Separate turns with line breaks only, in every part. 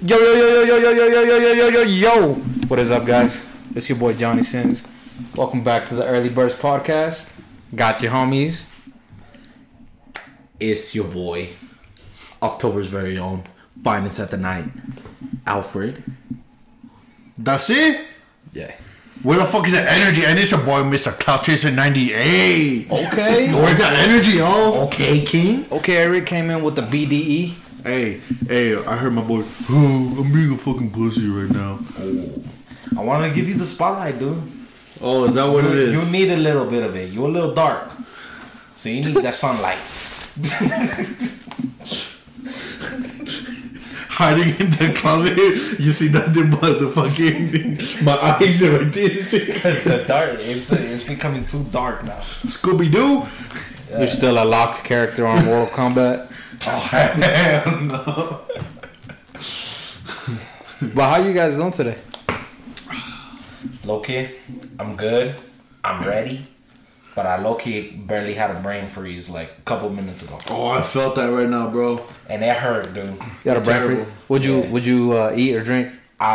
Yo yo yo yo yo yo yo yo yo yo yo yo yo. What is up, guys? It's your boy Johnny Sins. Welcome back to the Early Birds Podcast. Got your homies.
It's your boy, October's very own Finance at the Night, Alfred.
That's it?
Yeah.
Where the fuck is that energy? And it's your boy, Mr. Cloud Chaser 98.
Okay.
Where's that energy, oh?
Okay, King.
okay, Eric came in with the E. BDE.
Hey, hey, I heard my boy. Oh, I'm being a fucking pussy right now.
I want to give you the spotlight, dude.
Oh, is that what it
You
is?
need a little bit of it. You're a little dark, so you need that sunlight.
Hiding in the closet, you see nothing but the fucking. My eyes are right there.
the dark. It's, it's becoming too dark now.
Scooby Doo?
There's still a locked character on Mortal Kombat.
Hell no.
But how you guys doing today?
Loki, I'm good. I'm ready. But I Loki barely had a brain freeze like a couple minutes ago,
Oh, I felt that right now, bro.
and it hurt, dude.
You got a brain
Terrible.
freeze? Would you
Yeah.
would you uh, eat or drink?
I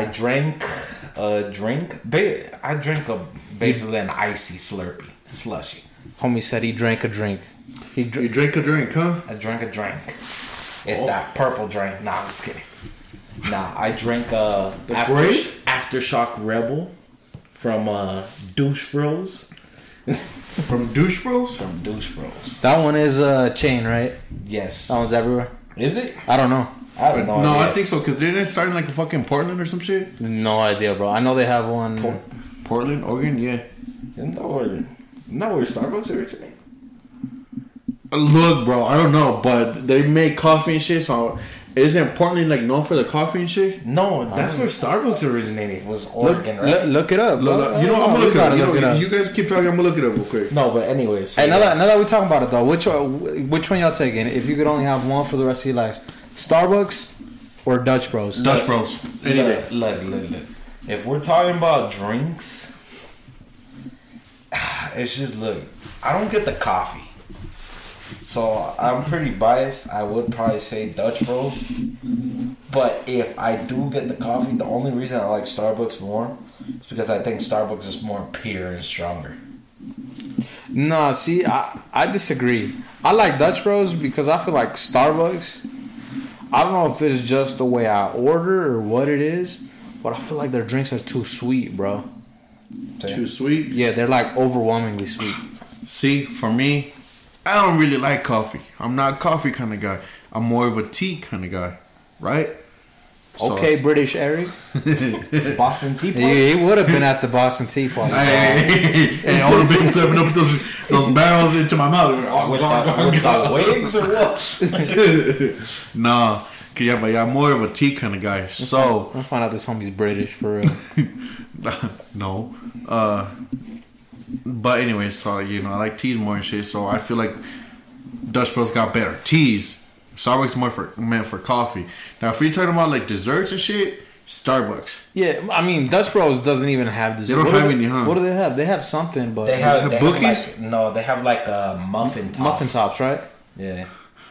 I drank a drink. Ba- I drank a basically an icy Slurpee, slushy.
Homie said he drank a drink. He dr-
You drink a drink, huh?
I drank a drink. It's that purple drink. Nah, I'm just kidding. Nah, I drank a
grape?
aftershock rebel from uh, Douche Bros.
From Douche Bros?
From Douche Bros.
that one is uh, chain, right?
Yes.
That one's everywhere.
Is it?
I don't know.
I don't know.
No, I think so, because didn't it start in like a fucking Portland or some shit?
No idea, bro. I know they have one.
Portland, Oregon, yeah.
Isn't that where, isn't that where Starbucks originated?
Look, bro, I don't know, but they make coffee and shit. So isn't Portland like known for the coffee and shit?
No, that's where Starbucks originated. Was
Look,
Oregon, right?
look, look it up.
Look,
bro.
you know, I'm gonna
We
look it
gotta
up. You, know, you guys keep talking. I'm gonna look it up real quick.
No, but anyways.
Hey, now that, now that we're talking about it though, which one- which one y'all taking? If you could only have one for the rest of your life, Starbucks or Dutch Bros?
Dutch Bros. Any day.
Look, look, look, look. If we're talking about drinks, it's just look. I don't get the coffee, so I'm pretty biased. I would probably say Dutch Bros, but if I do get the coffee, the only reason I like Starbucks more is because I think Starbucks is more pure and stronger.
No, see, I I disagree. I like Dutch Bros because I feel like Starbucks. I don't know if it's just the way I order or what it is, but I feel like their drinks are too sweet, bro.
Too sweet.
Yeah, they're like overwhelmingly sweet.
See, for me, I don't really like coffee. I'm not a coffee kind of guy. I'm more of a tea kind of guy, right? So-
Okay, British Eric.
Boston Tea Party.
He, he would have been at the Boston Tea Party.
Hey, hey, I would have been flipping up those those barrels into my mouth.
With the, with the wigs or what?
nah, 'cause yeah, but yeah, I'm more of a tea kind of guy. So,
I find out this homie's British for real.
no. Uh, but anyway, so you know, I like teas more and shit. So I feel like Dutch Bros got better teas. Starbucks is more for meant for coffee. Now, if you're talking about like desserts and shit, Starbucks.
Yeah, I mean Dutch Bros doesn't even have this.
They don't
what
have
do
any, huh?
What do they have? They have something, but
They have, they have
Bookies?
like, no, they have like uh, muffin tops.
muffin tops, right?
Yeah.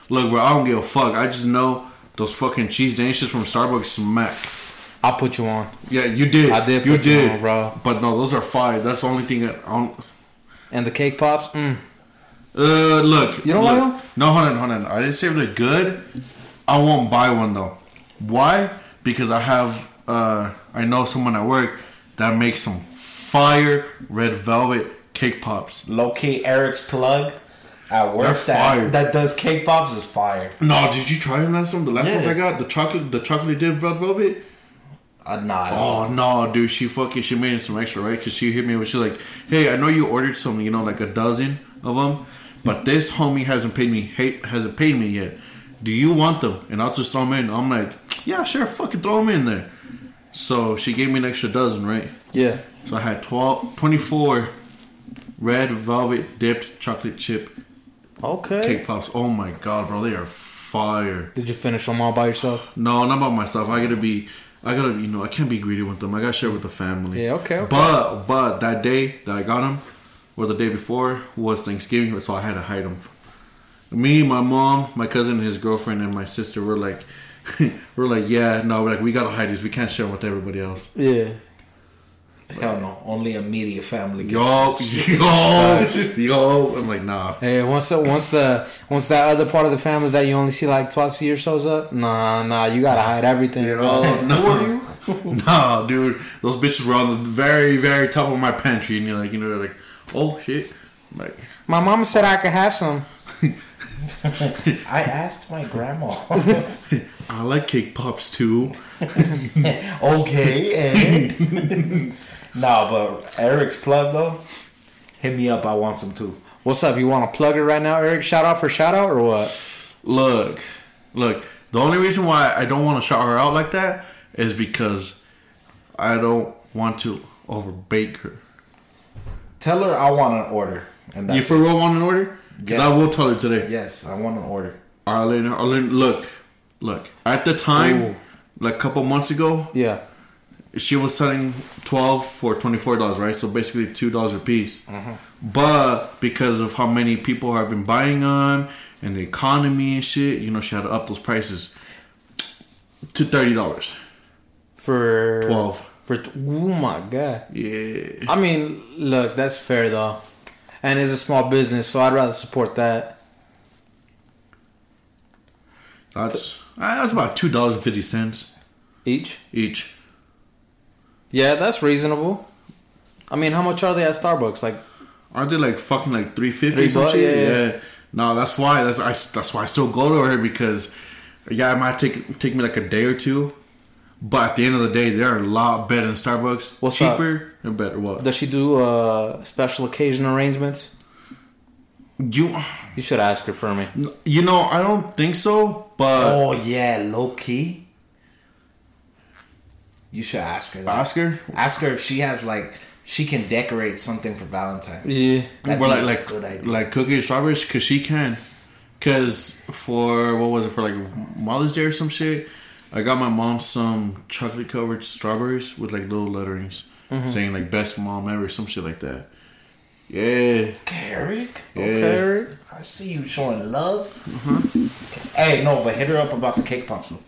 Look, bro, I don't give a fuck. I just know those fucking cheese danishes from Starbucks smack.
I'll put you on,
Yeah, you did.
I did
You
put you
did,
on, bro.
But no, those are fire. That's the only thing. That I don't,
and the cake pops. Mm.
uh, look,
You don't
look.
like 'em?
No, hold on, hold on. I didn't say if they're good. I won't buy one though. Why? Because I have. Uh, I know someone at work that makes some fire red velvet cake pops.
Low key Eric's plug at work
They're fire.
that, that does cake pops is fire.
No, did you try them last time? The last
Yeah.
ones I got, the chocolate, the chocolate dip red velvet.
Uh, nah,
Oh no, dude, she fucking she made some extra, right? Because she hit me with she's like, "Hey, I know you ordered some, you know, like a dozen of them, but this homie hasn't paid me hate hasn't paid me yet. Do you want them?" And I'll just throw them in. I'm like, "Yeah, sure, fucking throw them in there." So she gave me an extra dozen, right?
Yeah,
So I had 12, 24 red velvet dipped chocolate chip
okay.
cake pops. Oh my god, bro, they are fire.
Did you finish them all by yourself?
No, not by myself. I gotta be. I gotta, you know, I can't be greedy with them. I gotta share with the family.
Yeah, okay, okay.
But, but that day that I got them, or the day before, was Thanksgiving, so I had to hide them. me, my mom, my cousin, his girlfriend, and my sister were like, we're like, yeah, no, we're like we gotta hide these. We can't share them with everybody else.
Yeah.
Hell no. Only immediate family. gets
Oh. Yo,
this.
yo, yo. I'm like, nah.
Hey, once the, once the once that other part of the family that you only see like twice a year shows up, nah, nah, you gotta hide everything. You
Oh no, no, dude, those bitches were on the very, very top of my pantry, and you're like, you know, they're like, oh shit, like,
My mama said I could have some.
I asked my grandma.
I like cake pops too.
okay, and nah, but Eric's plug though. Hit me up. I want some too.
What's up? You want to plug it right now, Eric? Shout out for shout out or what?
Look, look, the only reason why I don't want to shout her out like that is because I don't want to overbake her.
Tell her I want an order. And
You
that's
for real want an order? Because I
Yes.
will tell her today.
yes, I want an order.
Arlene, Arlene, look, look. At the time,
Ooh.
like a couple months ago,
Yeah.
she was selling 12 for $24 right so basically $2 a piece but because of how many people have been buying on and the economy and shit you know she had to up those prices to $30
For
12
For t- oh my god.
yeah
I mean, look, that's fair though, and it's a small business, so I'd rather support that.
that's uh, that's about $2.50
Each.
each
Yeah, that's reasonable. I mean, how much are they at Starbucks? Like,
aren't they like fucking like 350
Three
or some
bucks,
shit?
yeah, yeah.
no that's why that's I, that's why i still go to her because yeah it might take take me like a day or two but at the end of the day they're a lot better than starbucks
What's up?
cheaper and better what
does she do uh, special occasion arrangements?
you
You should ask her for me.
you know i don't think so but
Oh yeah, low key. You should ask her. that.
oscar
Ask her if she has like she can decorate something for Valentine's.
Yeah.
That'd
well, like
be a
like
good idea.
like cookie and strawberries because she can because for what was it for like mother's day or some shit i got my mom some chocolate covered strawberries with like little letterings saying like best mom ever some shit like that yeah
Eric,
yeah
Okay, Eric.
I see you showing love. Hey, no, but hit her up about the cake pops. though.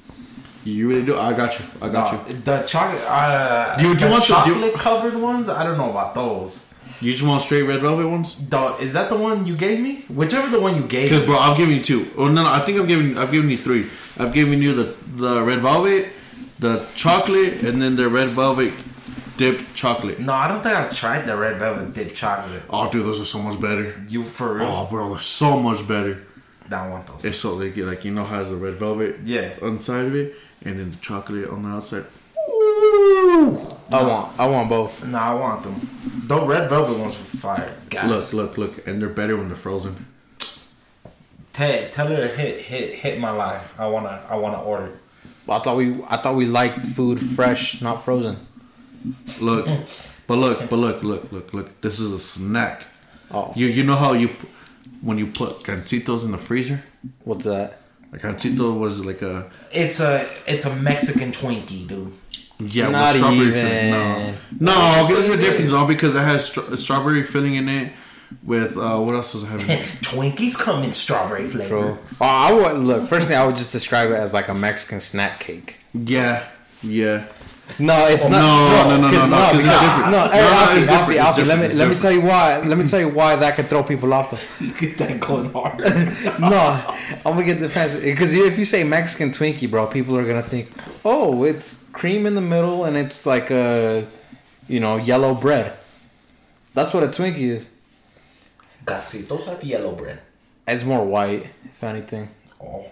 you really do i got you i got
Uh, the chocolate, uh,
Do you- do
the
you want the- do you-
chocolate covered ones? I don't know about those.
you you just want straight red velvet ones
Dog, is that the one you gave me? Whichever the one you gave
Cause
me.
bro, I'm giving you two. Oh no, no, I think I'm giving I've given you three. I've given you the the red velvet, the chocolate, and then the red velvet dipped chocolate.
No, I don't think I've tried the red velvet dip chocolate.
Oh, dude, those are so much better.
You for real?
Oh, bro, they're so much better.
Don't want those.
It's so like like you know has the red velvet
Yeah.
on the side of it, and then the chocolate on the outside. Ooh.
I want, I want both.
No, I want them. The red velvet ones were fire. Guys.
Look, look, look, and they're better when they're frozen.
Ted, tell her to hit hit hit my line. I wanna I wanna order.
I thought we, I thought we liked food fresh, not frozen.
Look, but look, but look, look, look, look. This is a snack.
Oh,
You you know how you p- when you put gansitos in the freezer.
what's that?
Like Antito was like a
It's a it's a Mexican Twinkie, dude.
yeah,
Not
with strawberry
even.
filling. No, no, because there's a difference on because I had stra- strawberry filling in it with uh, what else was I having?
Twinkies come in strawberry flavor.
Bro, oh, I would look. First thing I would just describe it as like a Mexican snack cake.
yeah, yeah.
No, it's not.
Oh, No, no, no, no,
it's
no,
not,
'cause it's
because-
different.
No,
No,
hey,
no, it's
Alfie,
different,
Alfie,
it's
Alfie, let me
different,
let me
it's
tell you why. Let me tell you why that could throw people off. The
Get that going hard.
no, I'm gonna get defensive because if you say Mexican Twinkie, bro, people are gonna think, oh, it's cream in the middle and it's like a, you know, yellow bread. That's what a Twinkie is.
Gatsitos have yellow bread.
It's more white, if anything.
Oh.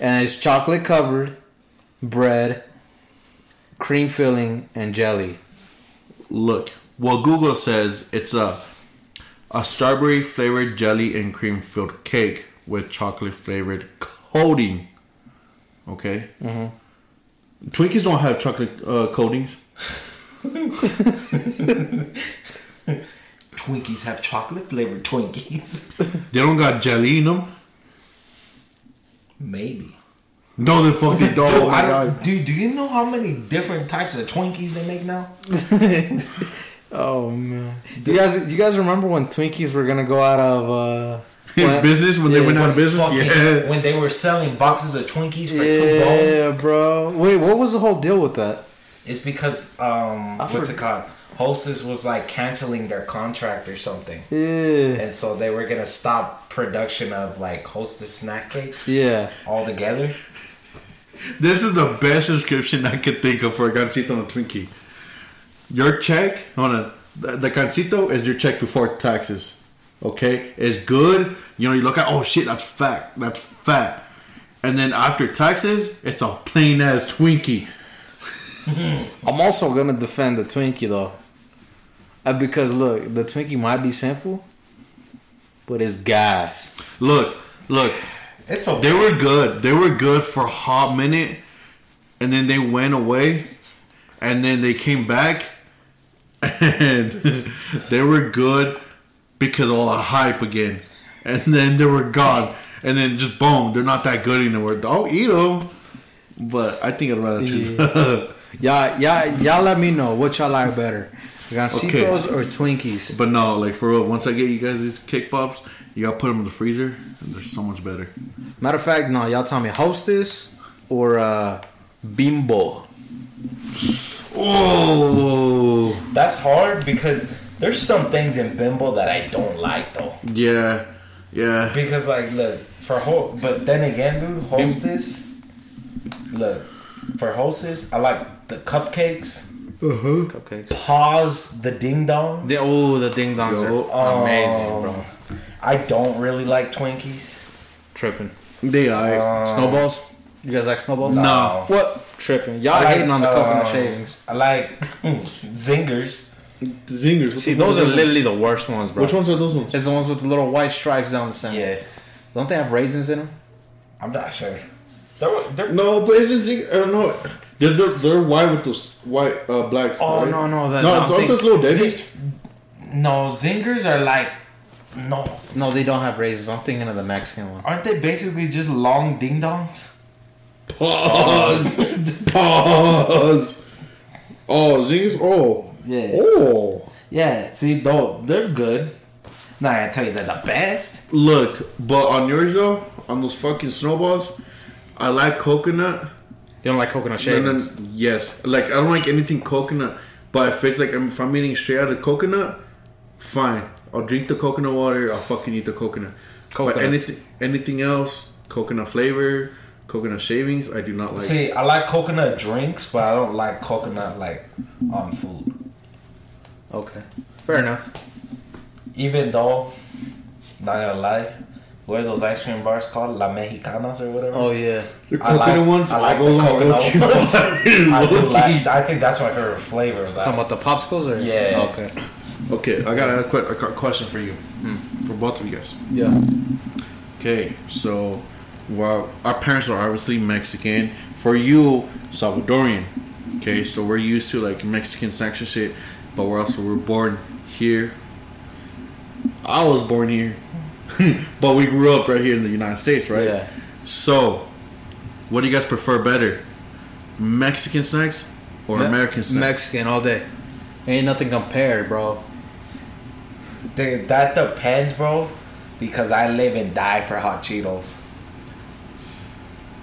and it's chocolate covered bread, cream filling, and jelly.
Look, well, Google says it's a a strawberry flavored jelly and cream filled cake with chocolate flavored coating. Okay. Twinkies don't have chocolate uh, coatings.
Twinkies have chocolate flavored Twinkies.
They don't got jelly in them.
Maybe.
No, they fucking don't.
Dude,
Oh my
I don't-
God.
dude, do you know how many different types of Twinkies they make now?
Oh man! Do you guys, you guys remember when Twinkies were gonna go out of uh,
His
What?
business when they
Yeah,
went out of business.
Fucking-
Yeah.
When they were selling boxes of Twinkies for two bones,
Yeah, bro. Wait, what was the whole deal with that?
it's because um,
I
what's it
forg-
called? Hostess was like canceling their contract or something,
Yeah,
and so they were gonna stop production of like Hostess snack cakes
yeah.
altogether.
This is the best description I could think of for a gancito and a Twinkie. Your check, hold on, the, the gancito is your check before taxes. Okay, it's good. You know, you look at, oh shit, that's fat, that's fat. And then after taxes, it's a plain ass Twinkie.
I'm also gonna defend the Twinkie though, Uh, because look, the Twinkie might be simple, but it's gas.
Look, look,
It's a
they were good. They were good for a hot minute, and then they went away, and then they came back, and they were good because of all the hype again, and then they were gone, and then just boom, they're not that good anymore. I'll eat them, but I think I'd rather choose.
Y'all, y'all, y'all let me know what y'all like better, Gancitos or Twinkies.
but no, like for real, once I get you guys these kick pops, you gotta put them in the freezer, and they're so much better.
Matter of fact, no, y'all tell me Hostess or uh, Bimbo.
Oh.
That's hard because there's some things in Bimbo that I don't like though.
Yeah, yeah.
Because like, look for Ho- but then again, dude, Hostess. Look for Hostess, I like the cupcakes.
Cupcakes.
Pause the ding dong.
The, oh, the ding dongs are
Yo.
amazing, bro.
I don't really like Twinkies.
Tripping.
They are.
snowballs. You guys like snowballs?
No.
What? Tripping. Y'all uh,
like,
hating on the coconut
um,
shavings.
I like zingers.
Zingers.
See, those are literally the worst ones, bro.
Which ones are those ones?
It's the ones with the little white stripes down the center.
Yeah,
Don't they have raisins in them?
I'm not sure. They're, they're,
No, but isn't Zing? I don't know. They're they're, they're white with those white uh, black.
Oh,
right?
no, no, that-
no,
no,
aren't
I'm thinking-
those little Debbie's?
no, zingers are like no.
No, they don't have raisins. I'm thinking of the Mexican one.
Aren't they basically just long ding dongs?
Pause. Pause. Oh, Zingers. Oh.
Yeah.
Oh.
Yeah, see, though they're good. Not gonna tell you they're the best.
Look, but on yours though, on those fucking snowballs, I like coconut.
You don't like coconut
And
shavings?
then, yes, like I don't like anything coconut. But if it's like if I'm eating straight out of coconut, fine. I'll drink the coconut water. I'll fucking eat the coconut. But
Coconuts.
anything, anything else, coconut flavor, coconut shavings, I do not like.
See, I like coconut drinks, but I don't like coconut like on food.
Okay. Fair enough.
Even though, not gonna lie, what are those ice cream bars called? La Mexicanas or whatever.
Oh, yeah.
the
I
coconut
like-
ones,
I like
those
the
are
coconut
low-key
ones.
fucking
I, do
low-key.
like, I think that's my favorite flavor of that.
Talking about the popsicles or?
Yeah.
Okay.
Okay, I got a, quick, a quick question for you,
Hmm.
for both of you guys.
Yeah.
Okay, so well, our parents are obviously Mexican. For you, Salvadorian. Okay, so we're used to like Mexican snacks and shit, but we're also we're born here. I was born here, but we grew up right here in the United States, right?
Yeah.
So, what do you guys prefer better, Mexican snacks or
Me-
American snacks?
Mexican all day. Ain't nothing compared, bro.
Dude, that depends, bro. Because I live and die for hot Cheetos.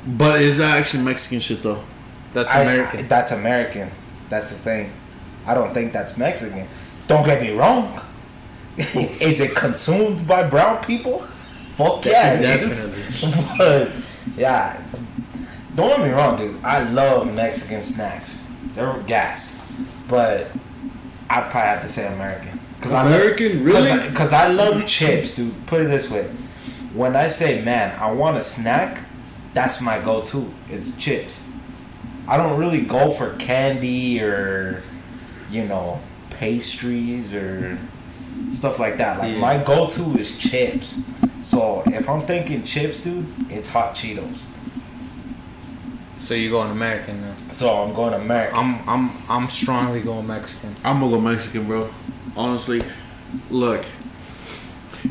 but is that actually Mexican shit though?
That's
I-
American.
that's American. That's the thing. I don't think that's Mexican. Don't get me wrong. is it consumed by brown people? Fuck yeah, it is. But yeah, don't get me wrong, dude. I love Mexican snacks. They're gas, but I probably have to say American. Cause I love-
American, really?
Because I, love chips, dude. Put it this way: when I say, "Man, I want a snack," that's my go-to. It's chips. I don't really go for candy or, you know, pastries or stuff like that. Like
Yeah.
my go-to is chips. So if I'm thinking chips, dude, it's hot Cheetos.
so you going American now?
So I'm going American.
I'm I'm I'm strongly going Mexican.
I'm gonna go Mexican, bro. Honestly, look.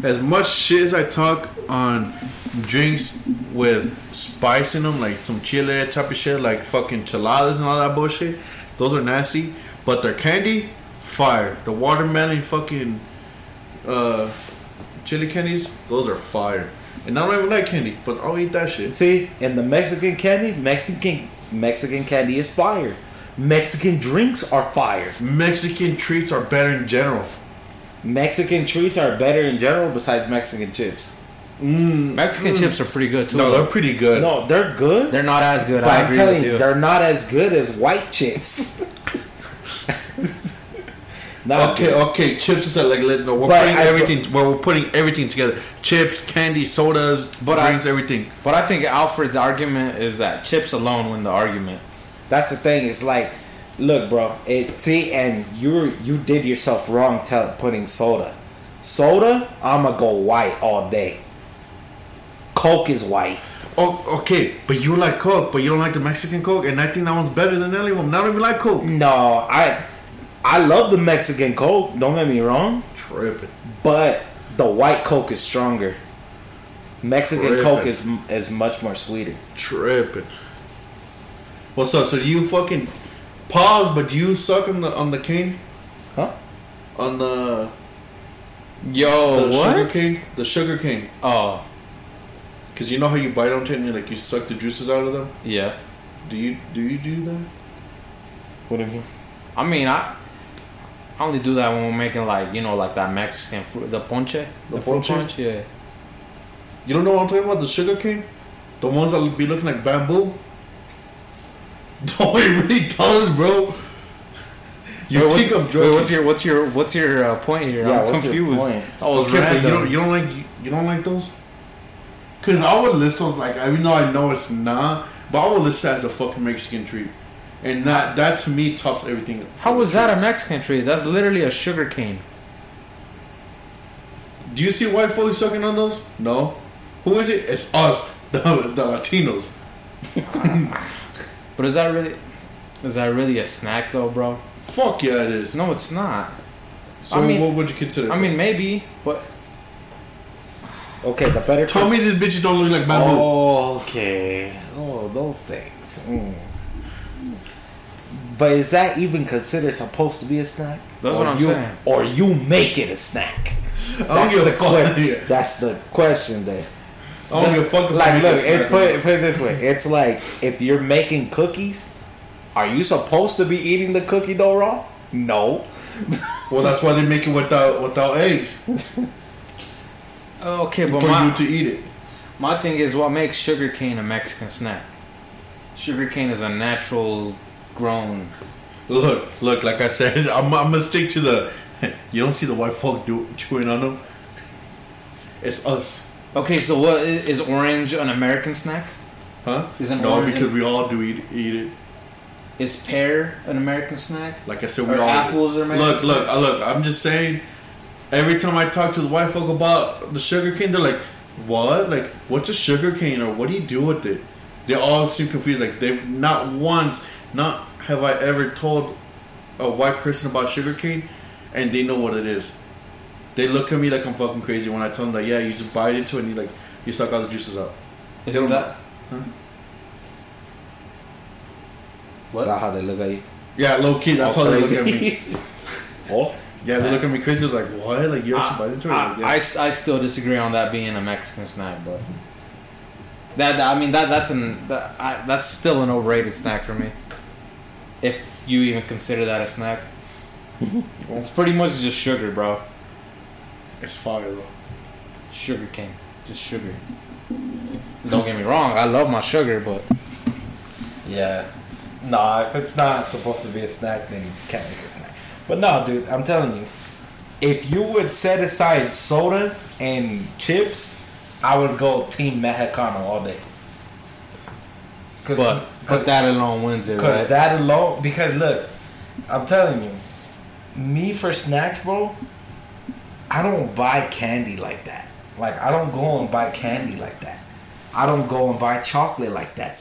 As much shit as I talk on drinks with spice in them, like some chile type of shit, like fucking chiladas and all that bullshit, those are nasty. But their candy, fire. The watermelon fucking uh, chili candies, those are fire. And I don't even like candy, but I'll eat that shit.
See, and the Mexican candy, Mexican Mexican candy is fire. Mexican drinks are fire.
Mexican treats are better in general.
Mexican treats are better in general besides Mexican chips.
Mexican chips are pretty good too.
No, they're pretty good.
No, they're good.
they're not as good.
but
I
I'm
agree
telling
with
you,
you.
they're not as good as white chips. Not
Okay, uh,
good.
okay. Chips is like let- no, we're
But
putting
I-
everything. Well, we're putting everything together: chips, candy, sodas,
But I-
drinks, everything.
But I think Alfred's argument is that chips alone win the argument.
That's the thing. It's like, look, bro. It see, and you were- you did yourself wrong tell putting soda. Soda, I'ma go white all day. Coke is white.
Oh, okay. But you like Coke, but you don't like the Mexican Coke, and I think that one's better than any of them. I don't even like Coke.
No, I I love the Mexican Coke. Don't get me wrong,
Tripping.
but the white Coke is stronger. Mexican
Trippin'.
Coke is is much more sweeter.
Tripping. What's up? So do you fucking pause, but do you suck on the on the cane?
Huh?
On the,
Yo,
the sugar cane? The sugar cane.
Oh,
Cause you know how you bite onto it and you like you suck the juices out of them?
yeah.
Do you do you do that?
What do you mean?
I mean, I I only do that when we're making like you know like that Mexican fruit, the ponche, the, fruit
ponche?
punch. Yeah.
You don't know what I'm talking about? The sugar cane? The ones that be looking like bamboo? No, it really does, bro. You
what's,
think I'm
wait,
joking.
what's your what's your what's your uh, point here?
Yeah,
I'm
what's your
confused.
point?
I was
okay, but you
random.
don't you don't like you, don't like those? Cause I would list those like even though I know it's not, but I would list that as a fucking Mexican treat. And that that to me tops everything.
How was that a Mexican treat? That's literally a sugar cane.
Do you see white folks sucking on those? No. Who is it? It's us, the, the Latinos.
But is that really is that really a snack though, bro?
Fuck yeah, it is.
No, it's not.
So
I mean-
what would you consider?
I mean, maybe, but
Okay, the better.
tell me these bitches don't look like bamboo.
Okay. Oh, those things. Mm. But is that even considered supposed to be a snack?
That's
Or
what I'm
you-
saying.
Or you make it a snack?
I don't give a fuck.
Que- that's the question there.
I don't give a fuck. if I
Like,
make
look,
a snack
it's
or
put,
not.
it- put it this way. It's like if you're making cookies, are you supposed to be eating the cookie dough raw? No.
Well, that's why they make it without without eggs
okay, but
for
my
you to eat it.
my thing is what makes sugar cane a Mexican snack. Sugar cane is a natural grown.
Look, look, like I said, I'm, I'm gonna stick to the. You don't see the white folk do, chewing on them. It's us,
Okay, so what i- is orange an American snack?
huh?
Is an
no,
orange-
because we all do eat eat it.
Is pear an American snack?
Like I said, we
Or
all
apples are made
look,
of
look,
snacks.
uh, look. I'm just saying. Every time I talk to the white folk about the sugar cane, they're like, "What? Like, what's a sugar cane, or what do you do with it?" They all seem confused. Like, they've not once, not have I ever told a white person about sugar cane, and they know what it is. They look at me like I'm fucking crazy when I tell them that. Yeah, you just bite into it and you like you suck all the juices out.
Isn't that?
Is that how they look at you?
Yeah, low key, that's
All
how they look
crazy.
at me.
oh,
Yeah, they look at me crazy. Like, what? Like, you actually
I,
bite into it?
I,
Like, yeah.
I s- I still disagree on that being a Mexican snack, but that that- I mean that that's an that, I, that's still an overrated snack for me. If you even consider that a snack, it's pretty much just sugar, bro.
it's fire though.
Sugar cane, just sugar. Don't get me wrong, I love my sugar, but
Yeah. Nah, if it's not supposed to be a snack, then you can't make it a snack. But no, dude, I'm telling you, if you would set aside soda and chips, I would go Team Mexicano all day. Cause,
but but that alone wins it,
Cause
right?
that alone, because look, I'm telling you, me for snacks, bro. I don't buy candy like that. Like I don't go and buy candy like that. I don't go and buy chocolate like that.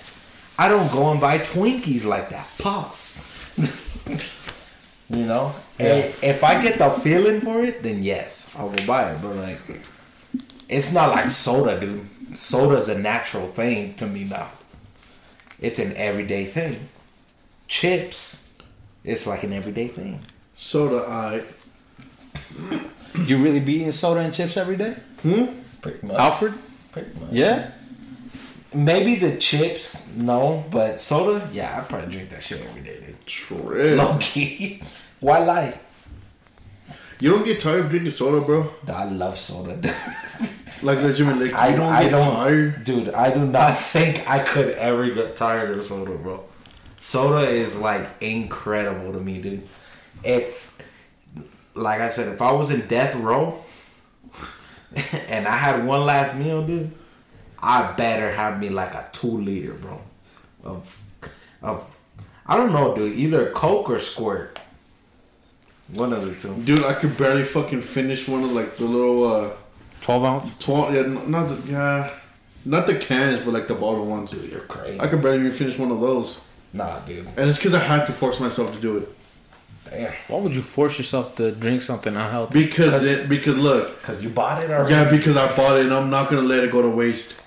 I don't go and buy Twinkies like that. Pause. you know, Eh, if I get the feeling for it, then yes, I will buy it. But like, it's not like soda, dude. Soda's a natural thing to me now. It's an everyday thing. Chips, it's like an everyday thing.
Soda, I.
You really be eating soda and chips every day,
Hmm?
Pretty much.
Alfred?
Pretty much.
Yeah.
Maybe the chips, no, but soda, yeah, I probably drink that shit every day, dude.
Shred.
Low key. Why lie?
You don't get tired of drinking soda, bro.
I love soda. dude.
Like legitimate, like
I
you don't get tired.
dude. I do not think I could ever get tired of soda, bro. Soda is like incredible to me, dude. If, like I said, if I was in death row and I had one last meal, dude, I better have me like a two liter, bro, of, of, I don't know, dude, either Coke or Squirt. One of the two.
Dude, I could barely fucking finish one of like the little uh,
Twelve ounce.
twelve. Yeah, n- not the yeah, not the cans, but like the bottle ones.
Dude, you're crazy.
I could barely even finish one of those,
Nah, dude.
and it's because I had to force myself to do it.
Damn.
Why would you force yourself to drink something unhealthy?
Because it, because look,
Cause you bought it already.
yeah, because I bought it, and I'm not gonna let it go to waste.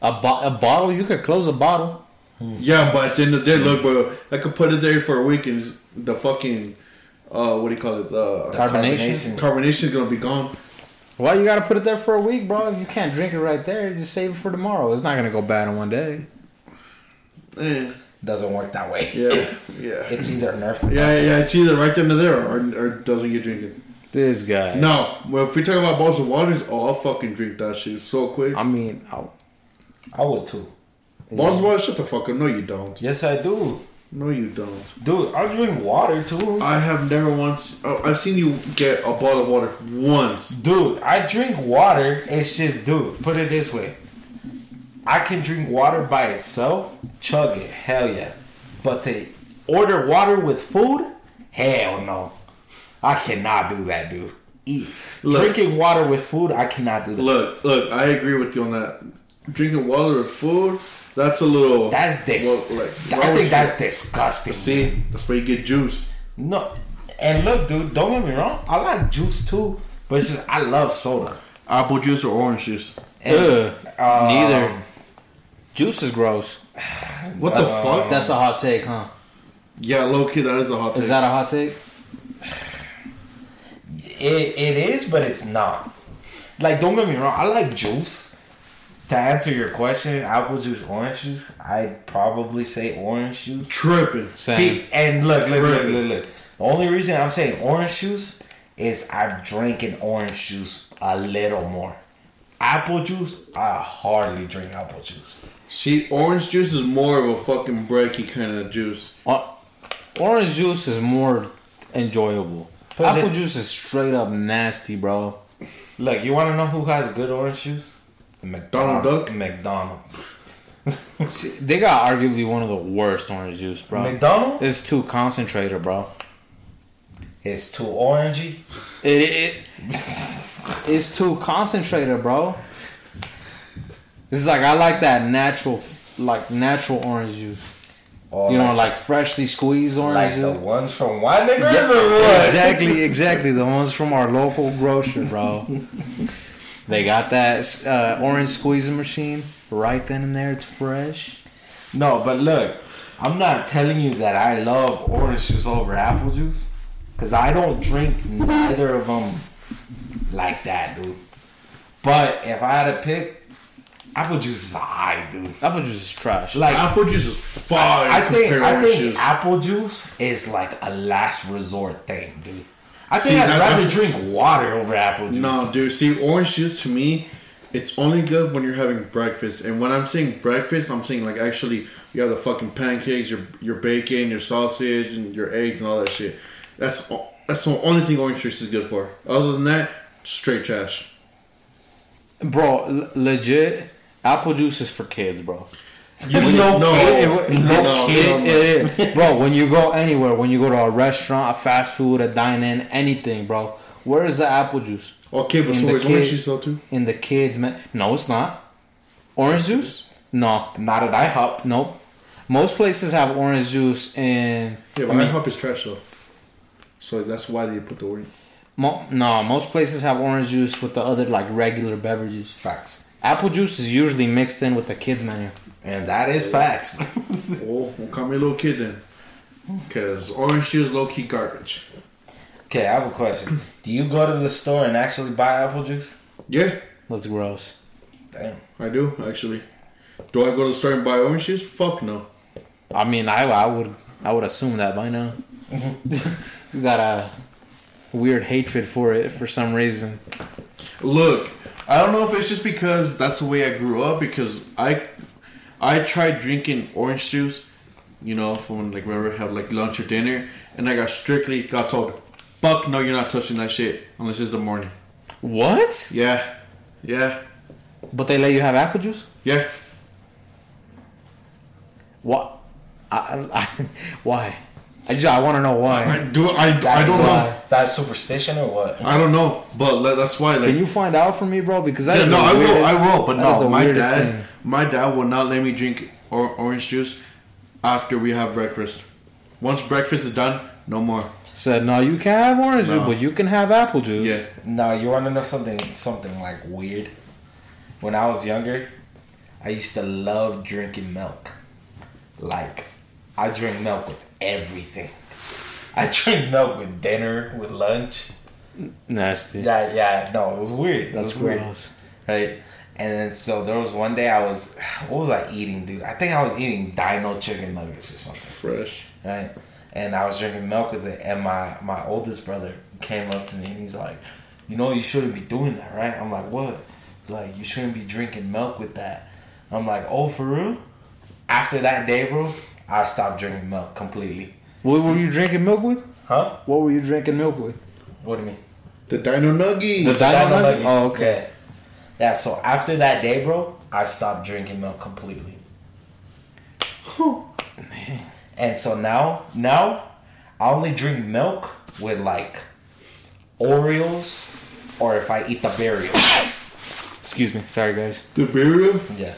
A, bo- a bottle, you could close a bottle.
Yeah, but at the end of the day, look, bro, I could put it there for a week, and it's- the fucking uh, what do you call it? The
Carbonation.
carbonation is gonna be gone.
Why you gotta put it there for a week, bro? If you can't drink it right there, just save it for tomorrow. It's not gonna go bad in one day.
Eh,
doesn't work that way.
yeah, yeah.
It's either Nerf. Or
Yeah, yeah, it's either right then and there or, or it doesn't get drinking.
This guy.
No, well, if we talk about bottles of waters, oh, I'll fucking drink that shit so quick.
I mean, I-
I would too.
Bottles of water, shut the fuck up. No, you don't.
Yes, I do.
No, you don't.
Dude, I drink water too.
I have never once. Oh, I've seen you get a bottle of water once.
Dude, I drink water. It's just, dude, put it this way. I can drink water by itself, chug it, hell yeah. But to order water with food, hell no. I cannot do that, dude. Eat.
Look.
Drinking water with food, I cannot do that.
Look, look, I agree with you on that. Drinking water with food, that's a little.
That's this.
Well, like, why
I
would
think
you-
that's disgusting.
See, that's where you get juice.
No, and look, dude, don't get me wrong. I like juice too, but it's just I love soda.
Apple juice or orange juice.
And,
Ugh,
um,
neither. Juice is gross.
What the fuck?
Uh, That's a hot take, huh?
yeah, low key, that is a hot.
Is
take.
that a hot take?
It, it is, but it's not. Like, don't get me wrong. I like juice. To answer your question, apple juice, orange juice. I'd probably say orange juice.
tripping?
Same.
Be- and look, look, look,
Really?
look, look. The only reason I'm saying orange juice is I've drinking orange juice a little more. Apple juice, I hardly drink apple juice.
See, orange juice is more of a fucking breaky kind of juice.
O- Uh, Orange juice is more enjoyable.
But
Apple
it-
juice is straight up nasty, bro.
Look, you want to know who has good orange juice? McDonald's.
Duck?
McDonald's.
See, they got arguably one of the worst orange juice, bro.
McDonald's
It's too concentrated, bro.
is too orangey.
It, it it's too concentrated, bro. It's like I like that natural, like natural orange juice.
Or
You know, like freshly squeezed orange
like
juice.
the ones from Wine Niggers
Yeah,
or what?
exactly, exactly. The ones from our local grocer, bro. they got that uh, orange squeezing machine right then and there. It's fresh.
No, but look, I'm not telling you that I love orange juice over apple juice. Because I don't drink neither of them like that, dude. But if I had to pick, apple juice is high, dude.
Apple juice is trash.
Like,
Apple juice is fire.
I think
compared to
I
orange
think
juice.
apple juice is like a last resort thing, dude. I think
See,
I'd
that-
rather
that's-
drink water over apple juice.
No, dude. See, orange juice to me, it's only good when you're having breakfast. And when I'm saying breakfast, I'm saying like actually you have the fucking pancakes, your your bacon, your sausage, and your eggs and all that shit. That's o- that's the only thing orange juice is good for. Other than that, straight trash.
bro, l- legit. Apple juice is for kids, bro.
You
No kid.
It- it-
No
it-
kid.
it- it- bro, when you go anywhere, when you go to a restaurant, a fast food, a dine in, anything, bro, where is the apple juice?
Okay, but
And
so
the
is orange
kid-
juice though too.
In the kids, man. No, it's not. Orange juice? No,
Not at IHOP.
nope. Most places have orange juice and
Yeah,
I
but
mean,
IHOP is trash though. So that's why they put the orange.
mo- no, most places have orange juice with the other like regular beverages.
Facts.
Apple juice is usually mixed in with the kids menu.
And that is facts.
Oh, well, call me a little kid then, because orange juice low key garbage.
Okay, I have a question. Do you go to the store and actually buy apple juice?
Yeah,
That's gross.
Damn.
I do actually. Do I go to the store and buy orange juice? Fuck no.
I mean, I, I would I would assume that by now.
Mm-hmm.
you got a weird hatred for it for some reason.
Look, I don't know if it's just because that's the way I grew up. Because I, I tried drinking orange juice, you know, from when, like whenever I had like lunch or dinner, and I got strictly got told, "Fuck no, you're not touching that shit unless it's the morning."
What?
Yeah, yeah,
But they let you have apple juice?
yeah.
What? I, I, why? I just I want to know
I
why.
do. I, I
That's
don't
why.
know.
Is that superstition or what?
I don't know. But le- that's why. Like,
Can you find out for me, bro? Because that
yeah,
is
no,
the
I will.
weirdest-
I will. But
that is
no,
the
my
weirdest
dad,
thing.
my dad will not let me drink or- orange juice after we have breakfast. Once breakfast is done, no more.
said no. You can have orange
No.
juice, but you can have apple juice.
Yeah.
No, you want to know something? Something like weird. When I was younger, I used to love drinking milk. Like, I drink milk with everything. I drink milk with dinner, with lunch.
Nasty.
Yeah, yeah. No, it was weird. It
That's
was weird.
gross.
right? And then so there was one day I was, what was I eating, dude? I think I was eating Dino chicken nuggets or something,
Fresh.
right? And I was drinking milk with it, and my my oldest brother came up to me and he's like, you know, you shouldn't be doing that, right? I'm like, what? He's like, you shouldn't be drinking milk with that. I'm like, oh, for real? After that day, bro, I stopped drinking milk completely.
What were you drinking milk with?
Huh?
What were you drinking milk with?
What do you mean?
The Dino
The
Nuggies.
Dino Nugget?
Nugget.
Oh, okay.
Yeah. Yeah, so after that day, bro, I stopped drinking milk completely. And so now, now, I only drink milk with like Oreos or if I eat the burial.
Excuse me. Sorry, guys.
The burial.
Yeah.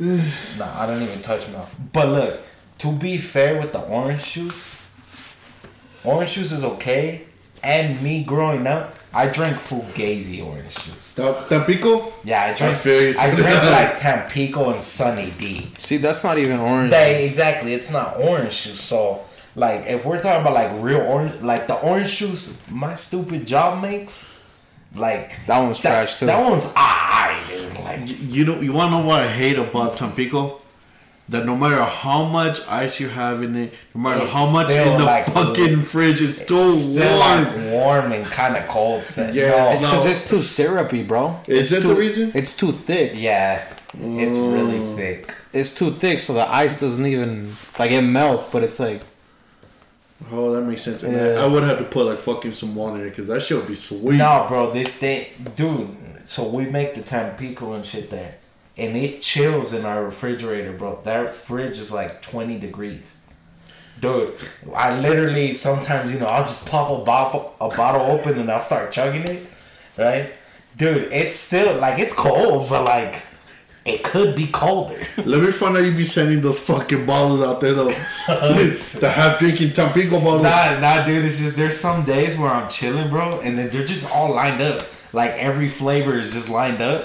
no, I don't even touch milk. But look, to be fair with the orange juice, orange juice is okay. And me growing up, I drank Fugazi orange juice.
That, that pico.
Yeah, I drank. I,
feel you.
drank like Tampico and Sunny D.
See, that's not even orange.
They,
juice.
exactly, it's not orange juice. So, like, if we're talking about like real orange, like the orange juice my stupid job makes, like
That one's trash, too.
That one's I, dude. Like,
You know, you want to know what I hate about Tampico? That no matter how much ice you have in it, no matter
It's
how much
still
in the
like-
fucking fridge, it's still
still
warm.
like warm and kind of cold. Thing.
Yeah,
It's
No.
because
No.
it's too syrupy, bro. it's
Is that the
too,
reason?
It's too thick.
yeah, it's
Mm.
really thick.
It's too thick, so the ice doesn't even like it melts, but it's like
Oh, that makes sense. And
Yeah.
I, I would have to put like fucking some water in it because that shit would be sweet.
No, bro, this thing, dude. So we make the Tampico and shit there, and it chills in our refrigerator, bro. That fridge is like twenty degrees. Dude, I literally sometimes you know I'll just pop a bottle a bottle open and I'll start chugging it, right? Dude, it's still like it's cold, but like it could be colder.
Let me find out you be sending those fucking bottles out there though. the half drinking Tampico bottles.
Nah, nah, dude. It's just there's some days where I'm chilling, bro, and then they're just all lined up. Like every flavor is just lined up,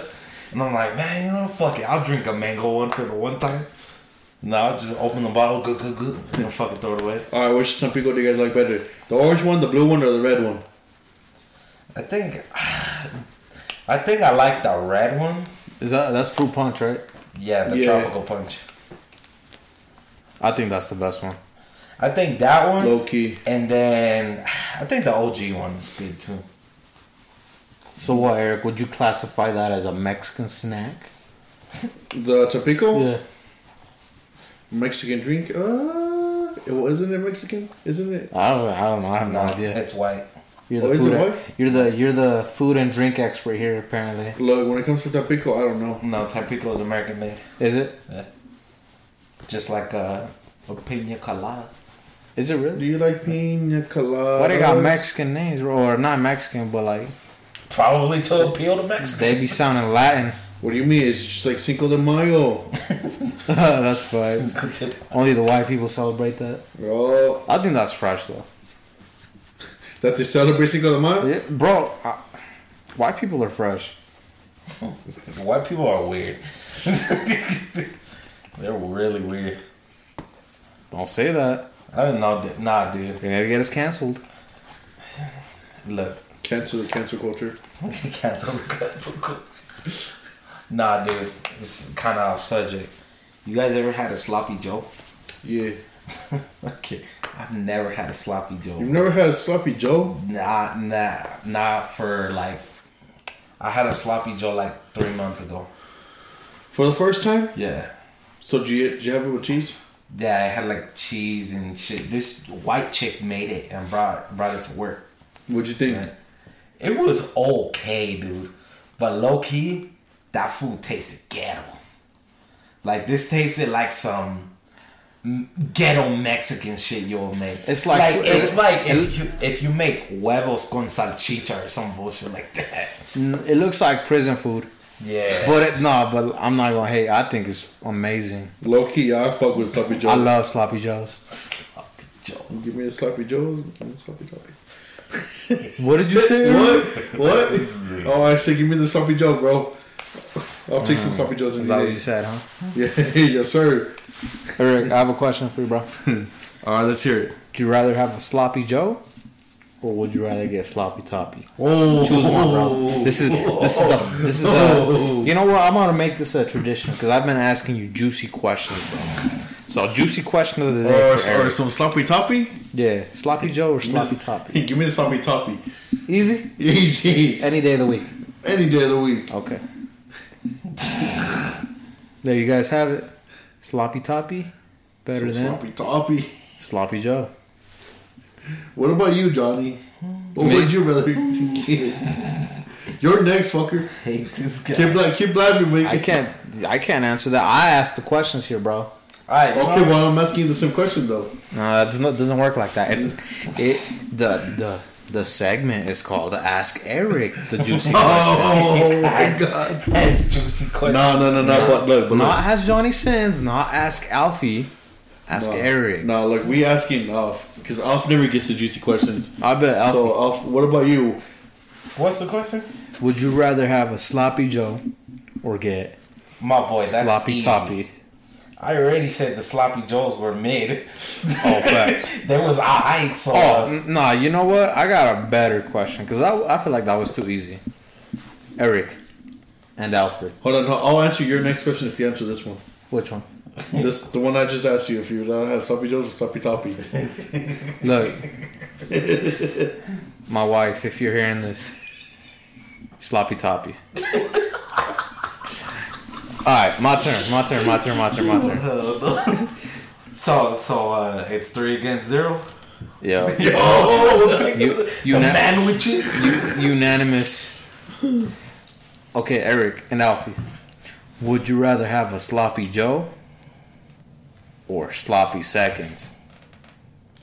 and I'm like, man, you know, fuck it. I'll drink a mango one for the one time. No, I'll just open the bottle, good, good, good, and fucking throw it away.
All right, which Tampico do you guys like better? The orange one, the blue one, or the red one?
I think, I think I like the red one.
is that that's fruit punch, right?
Yeah, the
Yeah.
tropical punch.
I think that's the best one.
I think that one,
Low key.
and then I think the OG one is good too.
So what, Eric? Would you classify that as a Mexican snack?
The Tampico?
Yeah.
Mexican drink? Uh, it- well, isn't it Mexican? Isn't it?
I don't. I don't know. I have no idea.
it's white.
You're the
Oh, is
food.
it
and-
what?
you're the you're the food and drink expert here. Apparently,
Look, when it comes to Tampico, I don't know.
No, Tampico is American made.
is it?
Yeah. Just like a, a pina colada.
Is it
Do
really?
you like pina colada?
Why they got Mexican names, bro? or not Mexican, but like
Probably to appeal to Mexico.
they be sounding Latin.
What do you mean? It's just like Cinco de Mayo.
that's fine. Only the white people celebrate that.
Bro,
I think that's fresh though.
that they celebrate Cinco de Mayo?
Yeah, bro, I, white people are fresh.
White people are weird. They're really weird.
Don't say that.
I don't know. dude. Nah, dude.
You're gonna get us canceled.
Look,
Cancel the cancel culture.
cancel, cancel, cancel. Nah, dude. This is kind of off subject. You guys ever had a sloppy Joe?
Yeah.
okay, I've never had a sloppy Joe.
You've never had a sloppy Joe?
Nah, nah, not for like. I had a sloppy Joe like three months ago.
For the first time?
Yeah.
So did you, did you have it with cheese?
Yeah, I had like cheese and shit. This white chick made it and brought brought it to work.
What'd you think?
It was okay, dude. But low key, that food tasted ghetto. Like this tasted like some m- ghetto Mexican shit you'll make.
It's like-
it's like if you if you make huevos con salchicha or some bullshit like that.
N- It looks like prison food,
Yeah.
but it, nah. But I'm not gonna hate. I think it's amazing.
Low key, I fuck with sloppy Joe.
I love sloppy joes.
Joe.
Give me a sloppy Joe. Give me a sloppy Joe.
What did you say?
What? What? oh, I said, give me the sloppy Joe, bro. I'll take some sloppy Joes in
Is that what
the
you said, huh?
Yeah, yes, sir.
Eric, I have a question for you, bro.
All right, let's hear it.
Would you rather have a sloppy Joe, or would you rather get sloppy toppy?
Oh,
Choose one, bro. This is this is the this is the. You know what? I'm gonna make this a tradition because I've been asking you juicy questions, bro. So juicy question of the day.
Or,
for
or
Eric.
some sloppy toppy?
Yeah, sloppy Joe or sloppy toppy.
Give me the sloppy toppy.
Easy.
Easy.
Any day of the week.
Any day of the week.
Okay. there you guys have it. Sloppy toppy, better
Some
than
sloppy toppy.
sloppy Joe.
What about you, Johnny? What
Me?
would you rather get? You're next, fucker.
Hate this guy.
Keep, la- keep laughing, man.
I can't. I can't answer that. I asked the questions here, bro.
Alright, you
Okay,
know,
well, I'm asking you the same question, though.
No, that doesn't, doesn't work like that. It's it the the the segment is called Ask Eric the Juicy Question.
Oh, my
ask-
God.
ask juicy question.
No, no, no, no. But look, but
Not Ask Johnny Sins. Not Ask Alfie. Ask
look. No,
Eric.
No, look, we asking Alf because Alf never gets the juicy questions.
I bet Alfie.
So, Alf, what about you?
What's the question?
would you rather have a sloppy Joe or get
My boy, that's
sloppy
easy.
toppy?
I already said the sloppy joes were mid.
Oh, facts.
there was I so uh,
Oh n- nah, you know what? I got a better question because I I feel like that was too easy. Eric and Alfred.
Hold on, I'll answer your next question if you answer this one.
Which one?
This the one I just asked you if you would rather have sloppy joes or sloppy toppy.
Look, my wife, if you're hearing this, sloppy toppy. All right, my turn, my turn, my turn, my turn, my turn.
so so uh, it's three against zero.
Yo,
Oh,
you,
the
una-
man with cheese.
unanimous. Okay, Eric and Alfie, would you rather have a sloppy Joe or sloppy seconds?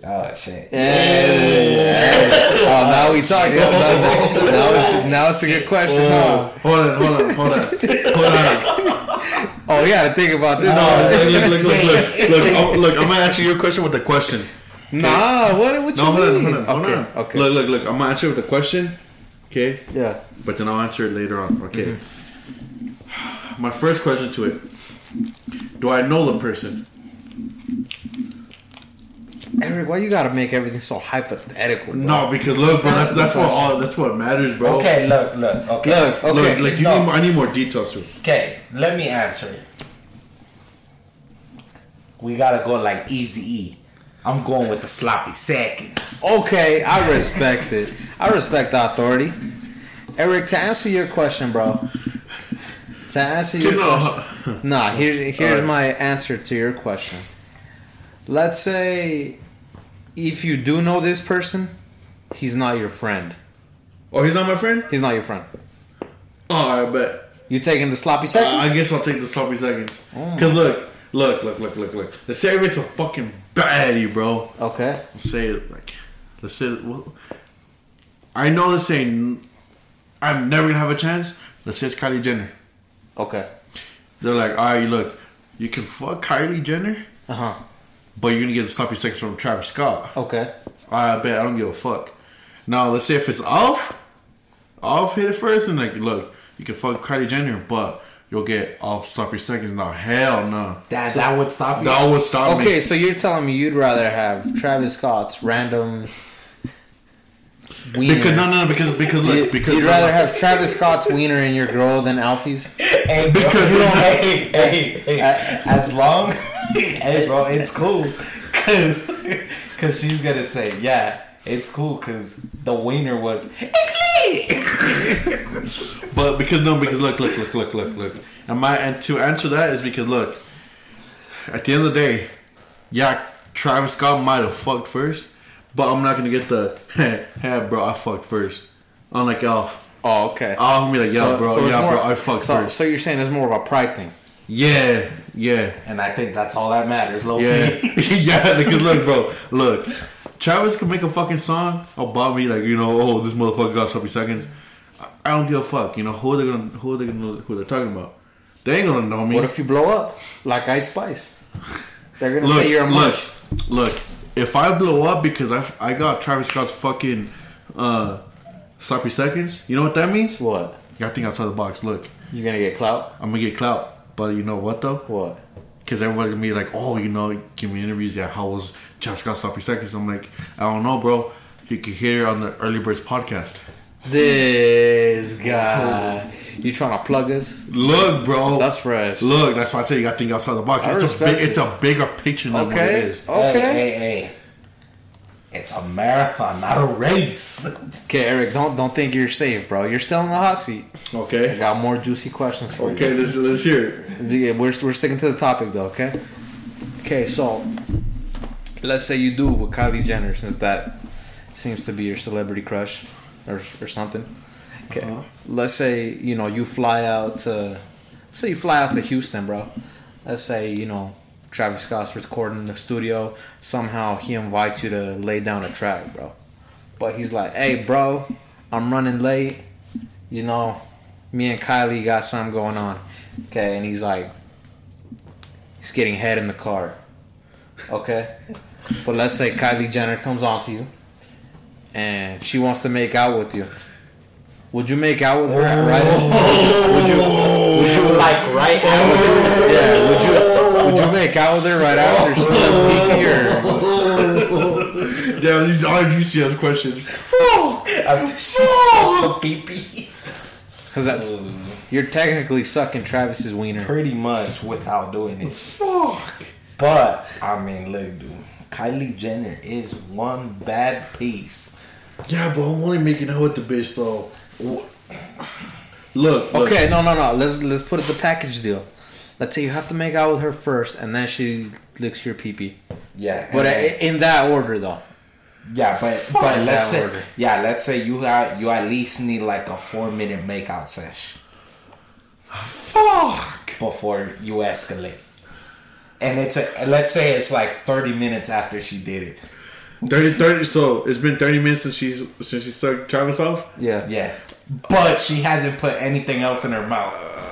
Oh shit!
Oh, now we talking. Now, now, it's, now it's a good question. huh?
Oh, hold on, hold on, hold on, hold on.
Oh, yeah, to think about this. one.
No, look, look, look, look, look, look, I'm, look. I'm gonna answer your question with a question.
Nah, what, what you
No, hold on,
mean?
hold on, hold
okay,
on.
okay.
Look, look, look. I'm gonna answer with a question. Okay.
Yeah.
but then I'll answer it later on. Okay.
Mm-hmm.
My first question to it: Do I know the person?
Eric, why you gotta make everything so hypothetical? bro?
No, because look, bro, that's,
Answer the
that's what
question.
all that's what matters, bro.
Okay, look, look, okay,
Look,
Look,
okay.
like you
no.
need more, I need more details. To it.
okay. Let me answer it. We gotta go like easy E. I'm going with the sloppy seconds.
okay, I respect it. I respect the authority. Eric, to answer your question, bro. To answer your
You know,
question. Nah, here, here's
Alright.
my answer to your question. Let's say if you do know this person, he's not your friend.
oh, he's not my friend.
He's not your friend.
Oh, I bet.
You taking the sloppy
I-
seconds?
I guess I'll take the sloppy seconds.
Oh.
Cause look, look, look, look, look, look. Let's say it's a fucking baddie, bro.
okay.
say it like let's say well, I know this ain't I'm never gonna have a chance. Let's say it's Kylie Jenner.
Okay.
They're like, alright, look, you can fuck Kylie Jenner,
Uh huh.
but you're gonna get the sloppy sex from Travis Scott.
Okay.
I bet I don't give a fuck. Now let's say if it's off, off hit it first and like look, you can fuck Kylie Jenner, but you'll get off sloppy seconds. Now, hell no.
That that would stop you.
That would stop me.
Okay, so you're telling me you'd rather have Travis Scott's random. Wiener.
Because no, no, no, because because
You-
look, because
you'd rather have Travis Scott's wiener in your girl than Alfie's.
Hey, bro,
Because-
hey, hey, hey, as long, hey, bro, it's cool, cause, cause she's gonna say, yeah, it's cool, cause the wiener was, it's late.
But because no, because look, look, look, look, look, look. And my and to answer that is because look, at the end of the day, yeah, Travis Scott might have fucked first, but I'm not gonna get the hey, bro, I fucked first. Unlike Alf,
Oh, okay.
Alf will be like, yeah, bro,
it's
yeah,
more-
bro, I fucked
so,
first.
so you're saying it's more of a pride thing.
Yeah, yeah,
And I think that's all that matters, low
yeah,
key.
yeah. Because look, bro, look, Travis can make a fucking song about me, like you know, oh, this motherfucker got sloppy seconds. I- I don't give a fuck. You know who they're gonna, who they're gonna, who they're talking about. They ain't gonna know me.
What if you blow up like Ice Spice? They're gonna say you're a munch.
Look, look, if I blow up because I, I got Travis Scott's fucking uh, sloppy seconds, you know what that means?
What?
I think outside the box. Look,
You're gonna get clout?
I'm gonna get clout, but you know what though?
What?
Because everybody's gonna be like, oh, you know, give me interviews. Yeah, how was Travis Scott's sloppy seconds? I'm like, I don't know, bro. You could hear it on the Early Birds podcast.
This guy. You trying to plug us?
Look, bro.
That's fresh.
Look, that's why I say you got to think outside the box.
I
It's a,
respect
big,
it.
it's a bigger picture than what it
Okay.
is.
Okay.
Hey, hey, hey. It's a marathon, not a race.
Okay, Eric, don't don't think you're safe, bro. You're still in the hot seat. I
Okay.
got more juicy questions for
Okay, let's, let's hear it.
you. Yeah, We're, we're sticking to the topic though, okay? Okay, so let's say you do with Kylie Jenner since that seems to be your celebrity crush or, or something. Okay. Let's say, you know, you fly out to let's say you fly out to Houston, bro. Let's say, you know, Travis Scott's recording in the studio. Somehow he invites you to lay down a track, bro. But he's like, Hey bro, I'm running late. You know, me and Kylie got something going on. Okay, and he's like he's getting head in the car. Okay. But let's say Kylie Jenner comes on to you and she wants to make out with you. Would you make out with her right would you, would you like right
Oh,
after yeah, would you would you make out with her right after she said peek here?
Yeah, these are juicy ass questions.
After she saw pee pee.
Cuz that's you're technically sucking Travis's wiener.
pretty much without doing it. But I mean, look, dude. Kylie Jenner is one bad piece.
Yeah, but I'm only making out with the bitch though. Wh- Look, look.
Okay, no no no, let's let's put it the package deal. Let's say you have to make out with her first and then she licks your pee pee.
Yeah,
But
and-
i- in that order though.
yeah, but but
in
let's
that
say
order.
yeah, let's say you have you at least need like a four minute makeout sesh
Fuck.
before you escalate. And it's a let's say it's like thirty minutes after she did it.
30, 30, so it's been 30 minutes since she's since she sucked Travis off?
Yeah.
Yeah, but she hasn't put anything else in her mouth.
Uh.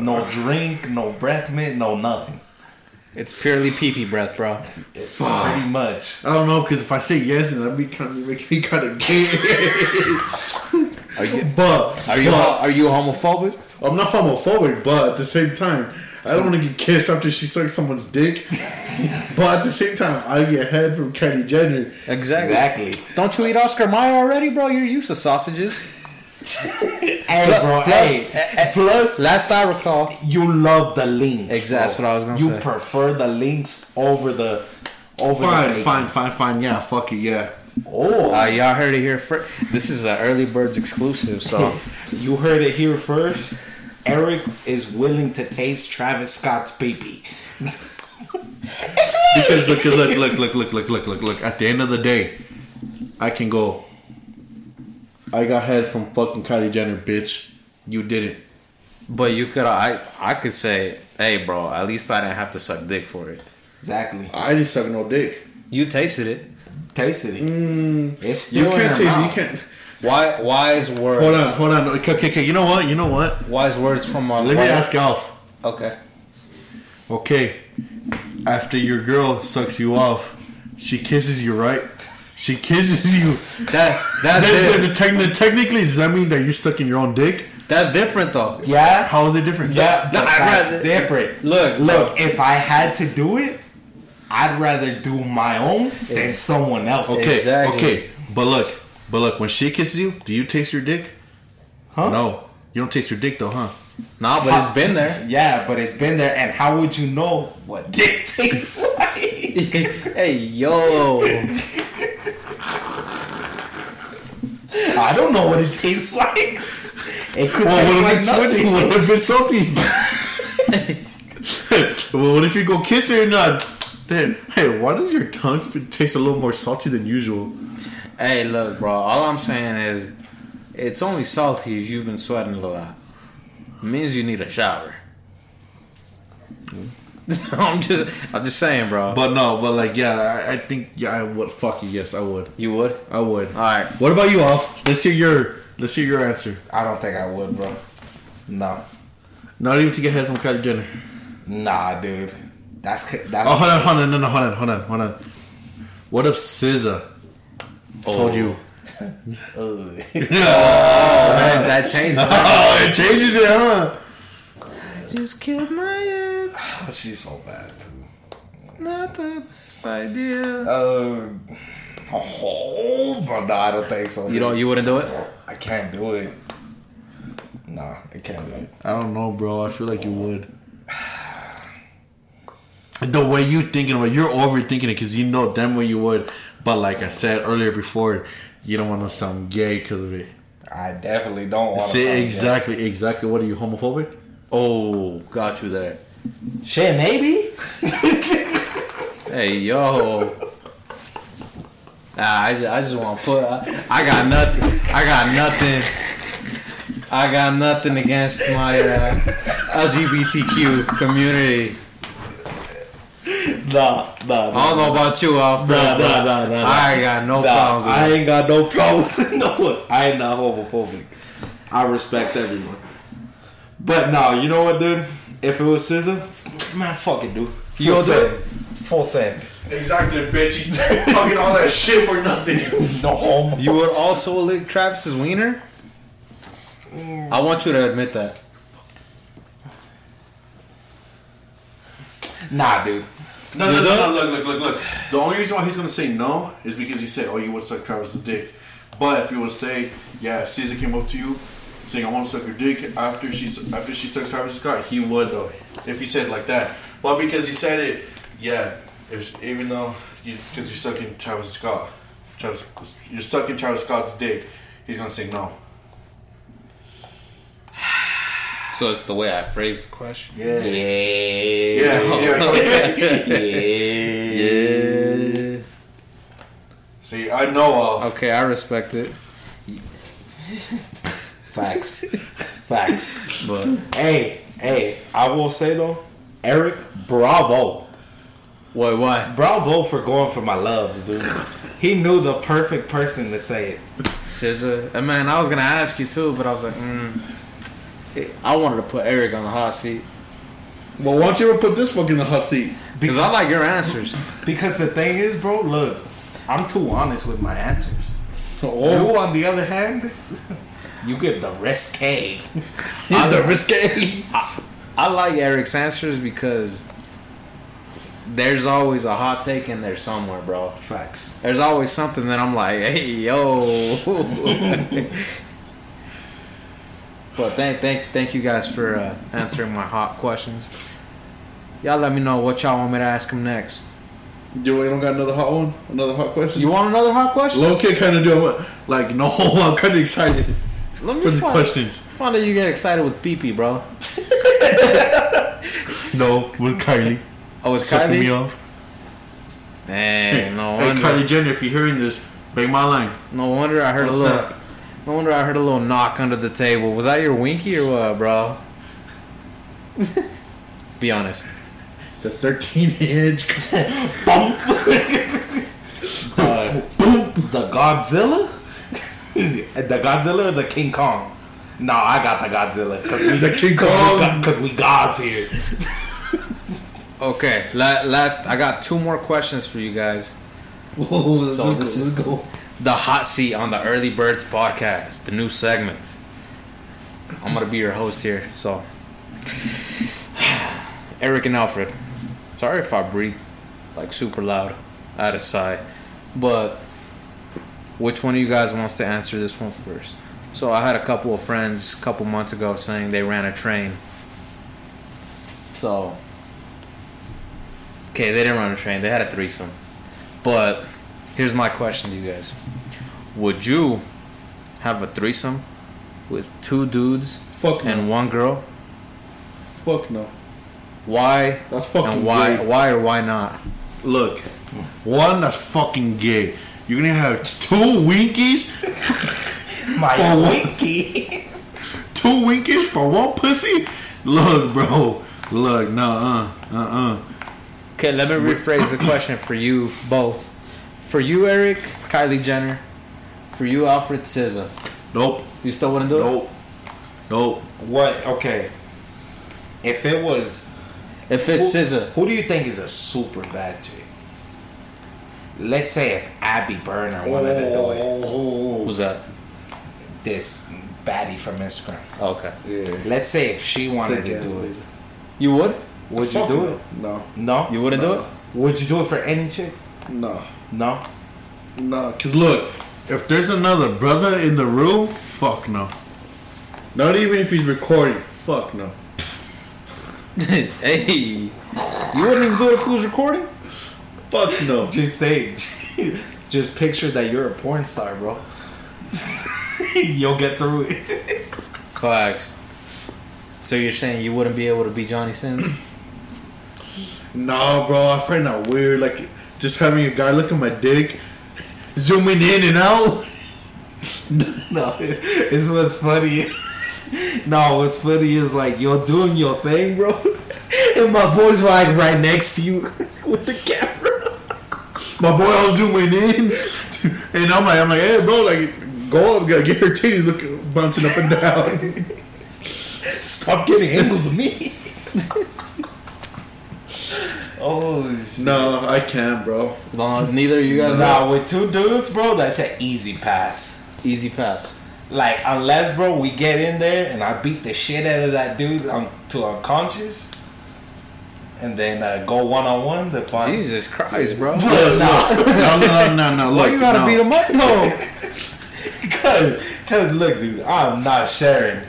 No drink, no breath mint, no nothing.
It's purely pee pee breath, bro. Uh.
Pretty much.
I don't know, because if I say yes, then that'd be kind of making me kind of gay.
Are you
but,
are you
but
are you homophobic?
I'm not homophobic, but at the same time, I don't want to get kissed after she sucks someone's dick. but at the same time, I get head from Kylie Jenner.
Exactly.
Exactly.
Don't you eat Oscar Mayer already, bro? You're used to sausages.
Hey, bro.
Plus- eh,
hey, plus
Last I recall,
you love the links.
Exa-
bro.
that's what I was gonna
you
say.
prefer the links over the over the
Fine,
bacon.
fine, fine, fine. Yeah, fuck it, yeah.
Oh,
uh, y'all heard it here first. This is an early birds exclusive, so
you heard it here first. Eric is willing to taste Travis Scott's pee
Because look, look, look, look, look, look, look, look, look. At the end of the day, I can go. I got head from fucking Kylie Jenner, bitch. You didn't.
but you could I I could say, hey, bro, at least I didn't have to suck dick for it.
Exactly.
I didn't suck no dick.
You tasted it.
Tasted it. It's Mm, still
You can't
in
taste. it,
her
You
mouth.
can't.
Why wise words?
Hold on, hold on. Okay, okay, okay. You know what? You know what?
Wise words from my.
Let me ask off.
Okay.
Okay, after your girl sucks you off, she kisses you, right? She kisses you.
That that's
That's
it.
the, the techn- technically, does that mean that you're sucking your own dick?
That's different though.
Yeah.
How is it different?
Yeah.
No,
but
I'd
that's
rather-
different.
Look,
Look, if I had to do it, I'd rather do my own than someone else.
Okay.
Exactly.
Okay. But look, but look. When she kisses you, do you taste your dick?
Huh?
No, you don't taste your dick though, huh?
Nah, but it's been there.
Yeah, but it's been there, and how would you know what dick tastes like?
hey yo,
I don't know what it tastes like. It could taste like nothing.
What if it's salty? well, what if you go kiss her and not? Then, hey, why does your tongue f- taste a little more salty than usual?
hey look, bro. All I'm saying is, it's only salty if you've been sweating a lot. means you need a shower. I'm just, I'm just saying, bro.
But no, but like, yeah, I, I think, yeah, I would. Fuck it, yes, I would.
you would.
I would.
All right.
What about you, Off? Let's hear your, let's hear your answer.
I don't think I would, bro. No,
Not even to get head from Kylie Jenner.
nah, dude. That's c- that's.
Oh, hold on, hold on, no, no, hold on, hold on, hold on. What if SZA told you?
Ugh.
Man, that changes.
Oh, it changes it, huh?
just killed my ex.
She's so bad too.
Not the best idea.
Uh, oh, but no, I don't think so.
You don't. You wouldn't do it.
I can't do it. Nah, I can't do it.
I don't know, bro. I feel like you would. The way you thinking about, it, you're overthinking it because you know damn well you would. But like I said earlier before, you don't want to sound gay because of it.
I definitely don't want
See exactly, exactly. What are you homophobic?
Oh, got you there.
Shit, maybe.
Hey yo. Nah, I just, I just want to put. I, I got nothing. I got nothing. I got nothing against my uh, LGBTQ community.
Nah, nah.
I don't know about you, Alfred.
Nah,
but
nah, nah, nah, nah.
I ain't got no problems with
I
it.
ain't got no problems with no one. I ain't not homophobic. I respect everyone. But no, you know what, dude? If it was SZA, man, fuck it, dude.
You
Full
don't do
send.
it?
Full send.
Exactly, bitch. You talking all that shit for nothing.
No homo.
You would also lick Travis's wiener.
Mm.
I want you to admit that.
Nah, dude.
No, no, no, no, look, look, look, look. The only reason why he's gonna say no is because he said, "Oh, you would suck Travis's dick." But if you would say, "Yeah, if Caesar came up to you saying I want to suck your dick after she su- after she sucks Travis's cock," he would though. If he said like that, well, because he said it, yeah. If even though you because you're sucking Travis Scott, Travis, you're sucking Travis Scott's dick, he's gonna say no.
So it's the way I phrased the question.
Yeah.
Yeah,
Yeah.
yeah, yeah.
Yeah.
See, I know of.
Okay, I respect it.
Facts. Facts.
But
Hey, hey, I will say though, Eric, bravo.
wait, why?
Bravo for going for my loves, dude. He knew the perfect person to say it.
Scissor. And man, I was gonna ask you too, but I was like, mm. I wanted to put Eric on the hot seat
Well, why don't you ever put this fuck in the hot seat?
because I like your answers.
Because the thing is, bro, look, I'm too honest with my answers.
Oh,
You, on the other hand, you give the risque.
the risque.
I like Eric's answers because there's always a hot take in there somewhere, bro.
Facts.
There's always something that I'm like, hey, yo. but thank, thank, thank you guys for uh, answering my hot questions. Y'all let me know what y'all want me to ask him next.
You don't got another hot one? Another hot question?
You want another hot question?
Low key, kind of do it. Like, no, I'm kind of excited
Let me
for the
find,
questions.
find out you get excited with pee pee, bro.
No, with Kylie.
Oh, it's
Sucking me
Kylie.
off.
Man, no
hey,
wonder.
Kylie Jenner, if you're hearing this, bang my line.
No wonder I heard
What's
a little.
up?
No wonder I heard a little knock under the table. Was that your winky or what, bro? Be honest.
The 13 inch.
Bump. Uh, boom. The Godzilla? the Godzilla or the King Kong? No, I got the Godzilla. Cause we,
The King
cause
Kong.
We got, Cause we gods here.
Okay, la- last I got two more questions for you guys.
Whoa,
So this is the hot seat on the Early Birds podcast, the new segment. I'm gonna be your host here. So, Eric and Alfred. Sorry if I breathe like super loud. I had a sigh, but which one of you guys wants to answer this one first? So I had a couple of friends a couple months ago saying they ran a train. So, okay, they didn't run a train. They had a threesome. But here's my question to you guys: Would you have a threesome with two dudes
Fuck no.
and one girl?
Fuck no.
Why?
That's fucking
and why?
gay.
Why or why not?
Look, one that's fucking gay. You're gonna have two winkies,
My
For what?
winky.
two winkies for one pussy. Look, bro. Look, no, uh, uh, uh.
Okay, let me rephrase the question for you both. For you, Eric, Kylie Jenner. For you, Alfred SZA.
Nope,
You still wouldn't do
nope, nope.
What? Okay. If it was
it? If it's
who,
SZA,
who do you think is a super bad chick? Let's say if Abby Burner wanted to do it,
Oh.
who's that?
this baddie from Instagram.
Oh, Okay.
Yeah.
Let's say if she wanted to do it,
You would?
would you do it?
No.
No.
You wouldn't do it?
Would you do it for any chick?
No.
No.
No.
Cause look, if there's another brother in the room, fuck no. Not even if he's recording. Fuck no.
hey, you wouldn't even do it if he was recording?
Fuck no.
Just think. Just picture that you're a porn star, bro. You'll get through it.
Facts. So you're saying you wouldn't be able to be Johnny Sins?
No, bro, I find that weird. Like, just having a guy look at my dick, zooming in and out.
No, it's what's funny. No, what's funny is like you're doing your thing, bro, and my boys were like right next to you with the camera.
My boy, I was zooming in, and I'm like, I'm like, hey, bro, like, go up, get her titties looking, bouncing up and down.
Stop getting angles with me. oh shit.
no, I can't, bro.
No, neither of you guys are.
Nah, with two dudes, bro, that's an easy pass.
Easy pass.
Like, unless, bro, we get in there and I beat the shit out of that dude um, to unconscious, and then uh, go one on one. The fun.
Jesus Christ, bro.
But nah,
No, no, no, no, no.
Why
Look,
you gotta
no.
beat him up though?
cause, cause look, dude, I'm not sharing.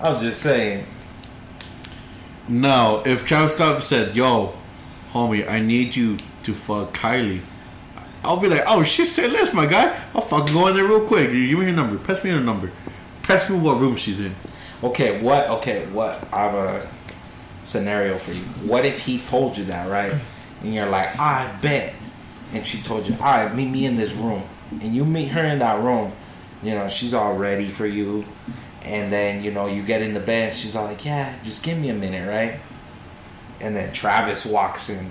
I'm just saying.
No, if Travis Scott said, "Yo, homie, I need you to fuck Kylie," I'll be like, "Oh shit, say less, my guy. I'll fucking go in there real quick. You give me her number. Pass me her number. Pass me what room she's in."
Okay, what? Okay, what? I have a scenario for you. What if he told you that, right? And you're like, I bet. And she told you, all right, meet me in this room. And you meet her in that room. You know, she's all ready for you. And then, you know, you get in the bed. And she's all like, yeah, just give me a minute, right? And then Travis walks in,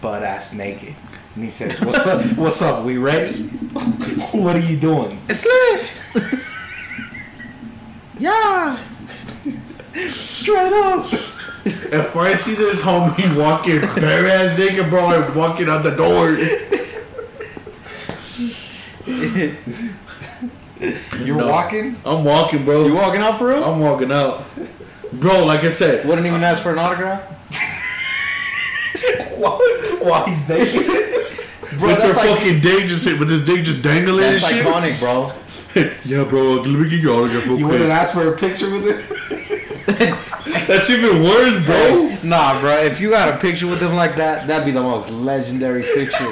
butt ass naked. And he says, what's up? What's up? We ready? what are you doing?
It's lit. yeah.
Straight up.
If I see this homie walking bare ass naked, bro, I'm walking out the door.
You're
No.
walking?
I'm walking, bro.
You walking out for real?
I'm walking out, bro. Like I said,
Wouldn't even ask for an autograph.
Why, why he's naked?
Bro,
with
that's
their
like
fucking dick just with his dick just dangling
that's
and shit.
iconic, bro.
yeah, bro. Let me get your autograph real
You
quick.
wouldn't ask for a picture with it?
That's even worse, bro.
Nah, bro. If you got a picture with him like that, that'd be the most legendary picture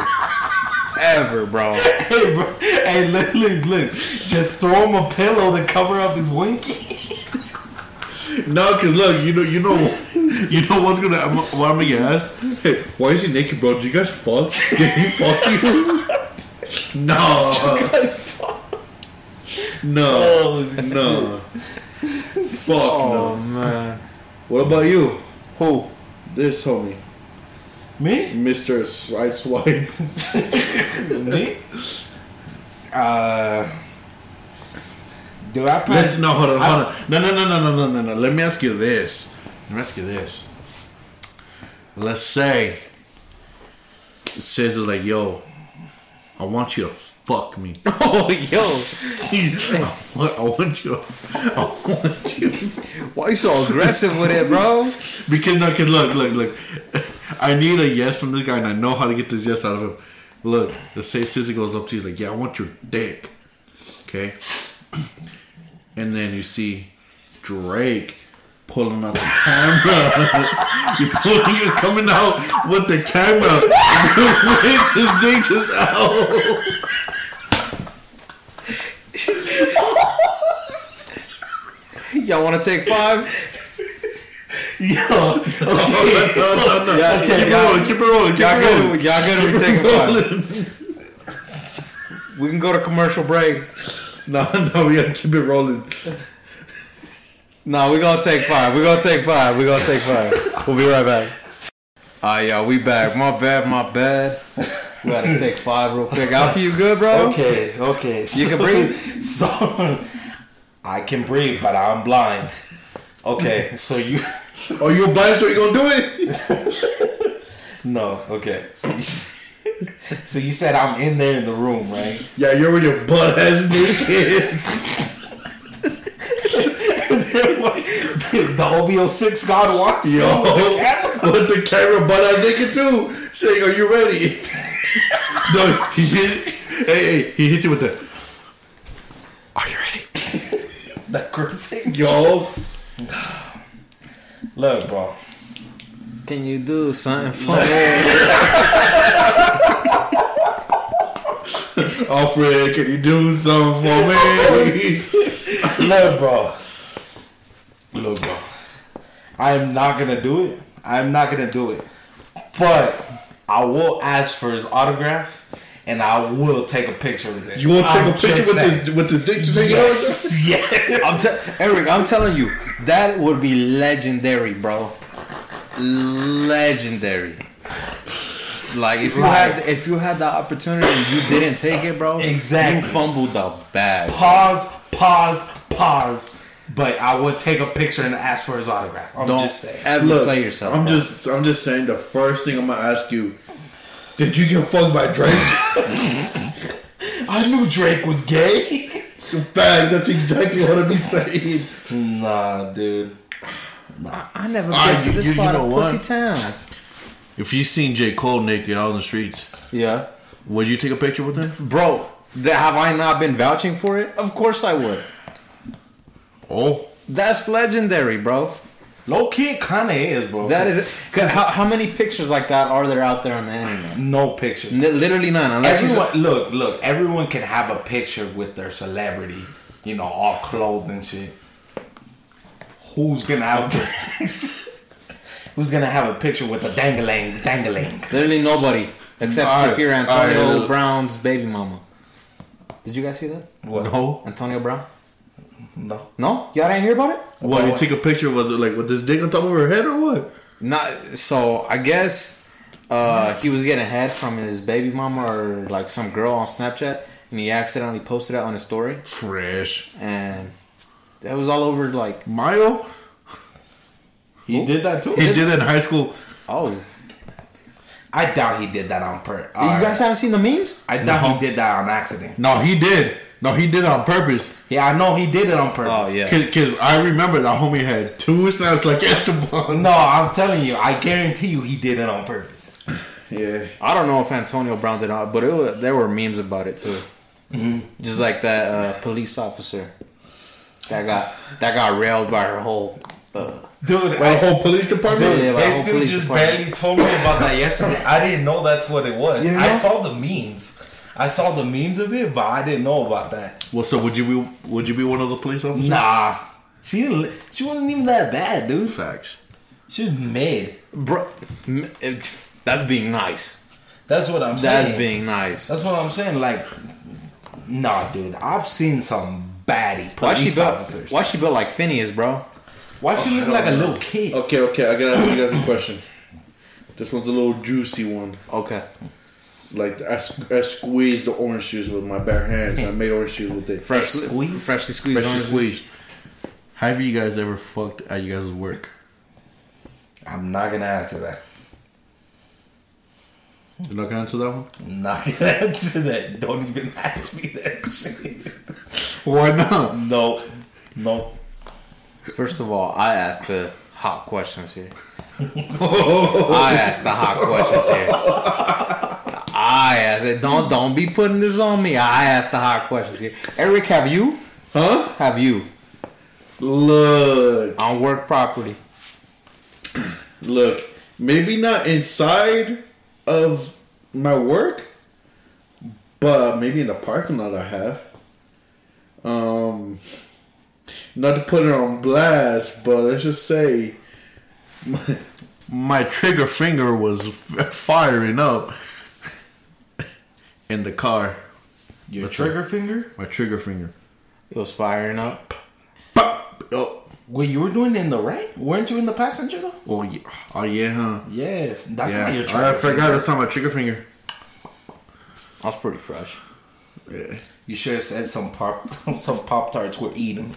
ever, bro.
hey, bro. Hey, look, look, look. Just throw him a pillow to cover up his winky.
No, cause look, you know, you know, you know what's gonna I'm, what I'm gonna get asked. Hey, why is he naked, bro? Did you guys fuck? Did he fuck you? No, no,
Oh,
no. Fuck
Oh
no.
man.
What about you?
Who?
This homie,
Me?
Mister Side Swipe.
Me? Uh. Do I pass?
Listen, no, hold on, hold on. No, no, no, no, no, no, no, no. Let me ask you this. Let me ask you this. Let's say, says like, yo, I want you to fuck me.
Oh, yo.
I want- I want you. I want you.
Why you so aggressive with it, bro?
Because no, because look, look, look. I need a yes from this guy, and I know how to get this yes out of him. Look, let's say Sissy goes up to you like, "Yeah, I want your dick," okay? And then you see Drake pulling out the camera. You're pulling, you're coming out with the camera with his dick just out.
Y'all want to take five?
Yeah. Okay. No, no, no.
Yeah,
okay. Keep it
yeah.
rolling. Keep it rolling. Keep
Y'all
it rolling.
good? Y'all good? if We take five.
Rolling.
We can go to commercial break.
No, no, we gotta keep it rolling.
No, we gonna take five. We gonna take five. We gonna take five. We'll be right back. Ah, y'all, we back. My bad. My bad. We gotta take five real quick. Alfie, you good, bro?
Okay, okay.
You can breathe.
So I can breathe, but I'm blind. Okay, so you
Oh, you a blind, so you gonna do it?
no. Okay, so you, so you said I'm in there in the room, right?
Yeah, you're with your butt ass naked.
the OVO six god walks in
Yo,
with the camera.
with the camera butt ass naked too. Saying, "Are you ready?" no, he hit, hey, hey, he hits you with the. Are you ready?
That cursing.
Yo,
Look, bro.
Can you do something for me?
Alfred, can you do something for me?
Look, bro.
Look, bro.
I am not gonna do it. I am not gonna do it. But I will ask for his autograph, and I will take a picture with it.
You want to take
I'm
a picture
just
with
saying.
this with this dick just hanging out?
Yes. yes.
I'm te- Eric. I'm telling you, that would be legendary, bro. Legendary. Like if you had if you had the opportunity, and you didn't take it, bro.
Exactly.
You fumbled the bag.
Pause. Pause. Pause. But I would take a picture and ask for his autograph. I'm
Don't
just saying.
ever
Look,
play yourself.
I'm
bro.
just, I'm just saying. The first thing I'm gonna ask you: Did you get fucked by Drake?
I knew Drake was gay.
Facts. That's exactly what I'm saying.
nah, dude.
I never
Ah,
been
you-
to this
you- you
part
know
of
what?
Pussy Town.
If you seen J Cole naked out on the streets,
Yeah,
would you take a picture with him?
bro. That, have I not been vouching for it? Of course I would.
Oh,
That's legendary, bro.
Low key, Kanye is, bro.
That is because how, how many pictures like that are there out there on the internet?
no pictures.
N- Literally none. Unless you
Everyone, look, look. Everyone can have a picture with their celebrity, you know, all clothed and shit. Who's gonna have? A, who's gonna have a picture with a dangling, dangling?
Literally nobody. Except
Alright,
if you're
alright,
Antonio
look.
Brown's baby mama. Did you guys see that?
What?
no!
Antonio Brown?
No.
No? Y'all didn't hear about it?
What? You take a picture with like with this dick on top of her head or what?
Not so I guess uh, he was getting head from his baby mama or like some girl on Snapchat and he accidentally posted it on his story
Fresh,
and that was all over like
Mayo.
He did that too.
He did that in high school.
oh
I doubt he did that on purpose.
you guys haven't seen the memes?
I doubt
No.
he did that on accident.
No, he did. No, he did it on purpose.
Yeah, I know he did it
Oh,
on
Oh,
purpose.
Cause, 'cause I remember that homie had two snaps like Esteban.
No, I'm telling you, I guarantee you, he did it on purpose.
Yeah.
I don't know if Antonio Brown did not, but it was, there were memes about it too. Just like that uh, police officer that got that got railed by her whole. Uh,
Dude,
By
I-
the whole police department.
Yeah, my
They
whole
still
police
just
department.
barely told me about that yesterday. I didn't know that's what it was.
You didn't
I
know?
saw the memes. I saw the memes of it, but I didn't know about that.
Well, so would you be? Would you be one of the police officers?
Nah, she didn't. li- She wasn't even that bad, dude.
Facts.
She was mid.
bro, m- it- that's being nice.
That's what I'm saying.
That's being nice.
That's what I'm saying. Like, nah, dude. I've seen some baddie
Why she Oh,
police
built?
officers.
Why she built like Phineas, bro?
Why she look like a little kid?
Okay, okay. I gotta ask you guys a question. This one's a little juicy one.
Okay.
Like I, squ- I squeezed the orange juice with my bare hands. I made orange juice with it.
Freshly
Squeeze?
freshly squeezed.
Freshly
orange
squeezed. Have you guys ever fucked at you guys' work?
I'm not gonna answer that.
You're not gonna answer that one?
I'm not gonna answer that. Don't even ask me that shit.
Why not?
No, no.
First of all, I asked the hot questions here. I asked the hot questions here. I asked it. Don't don't be putting this on me. I asked the hot questions here. Eric, have you?
Huh?
Have you
Look,
on work property?
look. Maybe not inside of my work, but maybe in the parking lot I have. Um, not to put it on blast, but let's just say my, my trigger finger was f- firing up in the car.
Your
What's
trigger finger?
My trigger finger.
It was firing up.
Pop! Oh,
Wait, you were doing it in the right? Weren't you in the passenger though?
oh, yeah, oh, yeah huh?
Yes, that's
yeah.
not your
I
trigger.
forgot
finger.
that's not my trigger finger.
I was pretty fresh.
Yeah.
You should have said some pop some pop tarts were eating.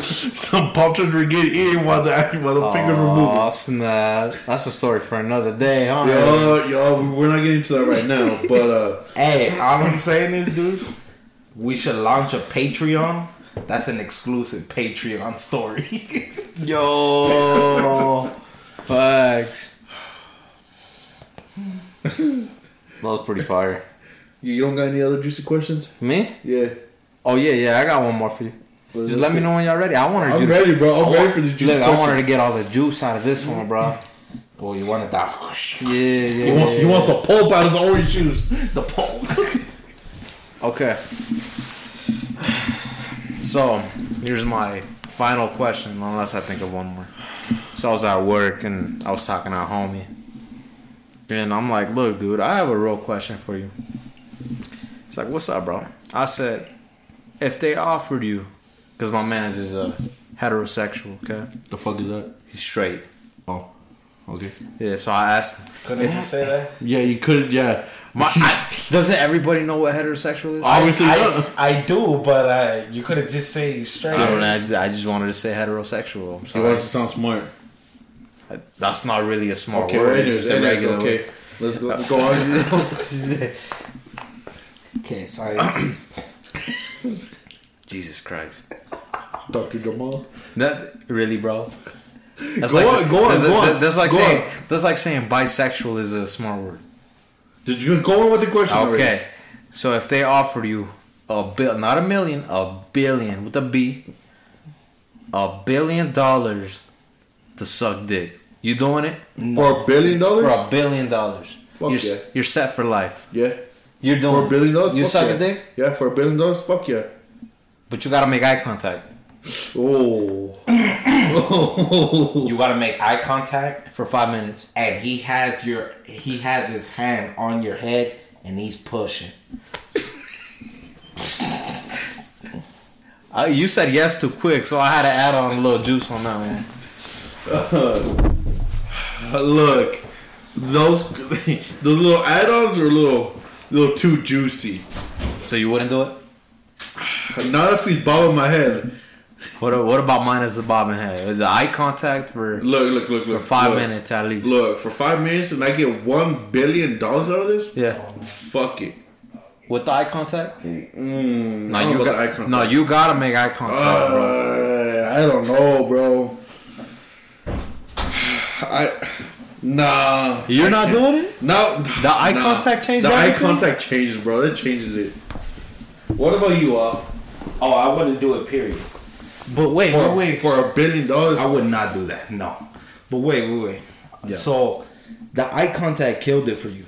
Some poppers were getting eaten while the while the fingers were moving.
Oh snap! That's a story for another day, huh?
Y'all, y'all, we're not getting to that right now, but uh,
Hey, all I'm saying is, dude, we should launch a Patreon. That's an exclusive Patreon story.
Yo, facts. That was pretty fire.
you you don't got any other juicy questions?
Me?
Yeah,
Oh yeah, yeah. I got one more for you.
What is
Just let
it?
me know when y'all ready. I wanted
I'm
you.
ready, bro. I'm
I
ready
want-
for this juicy
Look, I wanted to
questions.
get all the juice out of this one, bro.
well, you wanted that
Yeah, yeah.
He wants, he
yeah.
wants the pulp out of the orange juice.
the poll.
Okay. So here's my final question, unless I think of one more. So I was at work and I was talking to a homie. And I'm like, look, dude, I have a real question for you. He's like, what's up, bro? I said, if they offered you, because my man is a heterosexual, okay?
The fuck is that?
He's straight.
Oh, okay.
Yeah, so I asked him,
Couldn't you say that?
Yeah, you could. Yeah,
my, I, doesn't everybody know what heterosexual is?
obviously.
I,
not.
I do, but uh, you could have just say straight.
I don't know. I, I just wanted to say heterosexual. I'm
He
sorry.
wants to sound smart.
That's not really a smart
Okay,
word.
it
it's
is.
just a
It is.
regular
Okay,
word.
let's go. Go on.
Okay, scientist.
Jesus Christ.
Dr. Jamal.
That really, bro. That's
Go
like,
on, go on,
that's,
go on,
that- That's like
go
saying
on.
that's like saying bisexual is a smart word.
Did you go on with the question? already?
Okay, so if they offer you a bill, not a million, a billion with a B, a billion dollars to suck dick, you doing it
For a billion
for a
dollars?
billion dollars?
Fuck
you're, s-
yeah.
you're set for life.
Yeah.
You're doing
For a billion dollars?
You
Fuck
suck
yeah.
a dick,
Yeah, for a billion dollars? Fuck yeah.
but you gotta make eye contact
Oh.
you gotta make eye contact,
for five minutes.
and he has your he has his hand on your head, and he's pushing.
Uh, you said yes too quick, so I had to add on a little juice on that one.
Look, those those little add-ons are a little little too juicy.
So you wouldn't do it?
Not if he's bobbing my head.
What What about minus the bobbing head? The eye contact for
Look, look, look,
for
look.
five
look,
minutes at least.
Look, for five minutes and I get one billion dollars out of this?
Yeah,
Fuck it.
with the eye contact.
Mm,
No,
I don't
you
know about
got
the eye contact.
no, you gotta make eye contact, bro.
Uh, I don't know, bro. I nah.
You're not doing it.
No,
The eye contact changes
The
everything?
eye contact changes, bro. That changes it. What about you, Al?
Oh, I wouldn't do it. Period.
But wait,
For,
wait, wait.
for a billion dollars?
I would not do that. No. But wait, wait, wait. So the eye contact killed it for you.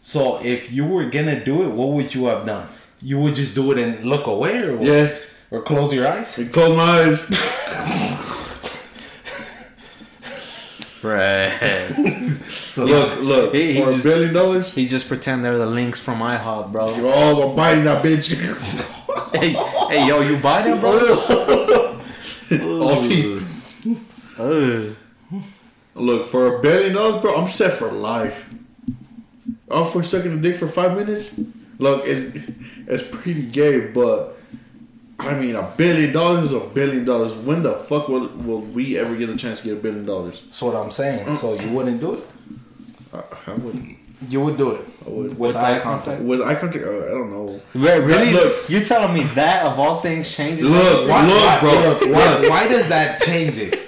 So if you were gonna do it, what would you have done? You would just do it and look away, or what?
Yeah.
or close your eyes.
Close my eyes.
Bruh.
So
look, look.
He- he
for
just-
a billion dollars?
he just pretend they're the links from IHOP, bro.
Oh, I'm biting that bitch.
hey, hey, yo, you buy that, bro?
All teeth.
Ugh.
Look, for a billion dollars, bro, I'm set for life. All for sucking a dick for five minutes? Look, it's it's pretty gay, but I mean, a billion dollars is a billion dollars. When the fuck will, will we ever get a chance to get a billion dollars?
that's what I'm saying. So you wouldn't do it.
I, I would.
You would do it
I would.
with eye contact.
With eye contact, Uh, I I don't know.
Wait, really?
Look, you telling me that of all things changes?
Look,
Why,
look,
why-
bro.
look, why, why does that change it?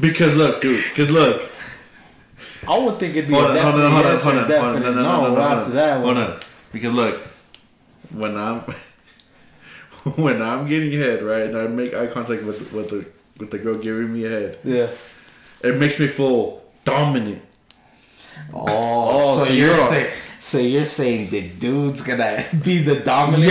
Because look, dude. Because look.
I would think it'd be
Hold
a
on,
definite
hold on, hold on,
yes or
hold on, hold on. No,
definite
no, no, no, no,
after that
no.
one.
Hold on. Because look, when I'm when I'm getting head right, and I make eye contact with with the with the girl giving me a head,
Yeah.
it makes me feel dominant.
Oh, so, you're, sick.
So you're saying the dude's gonna be the
Yeah,
Oh,
dominant?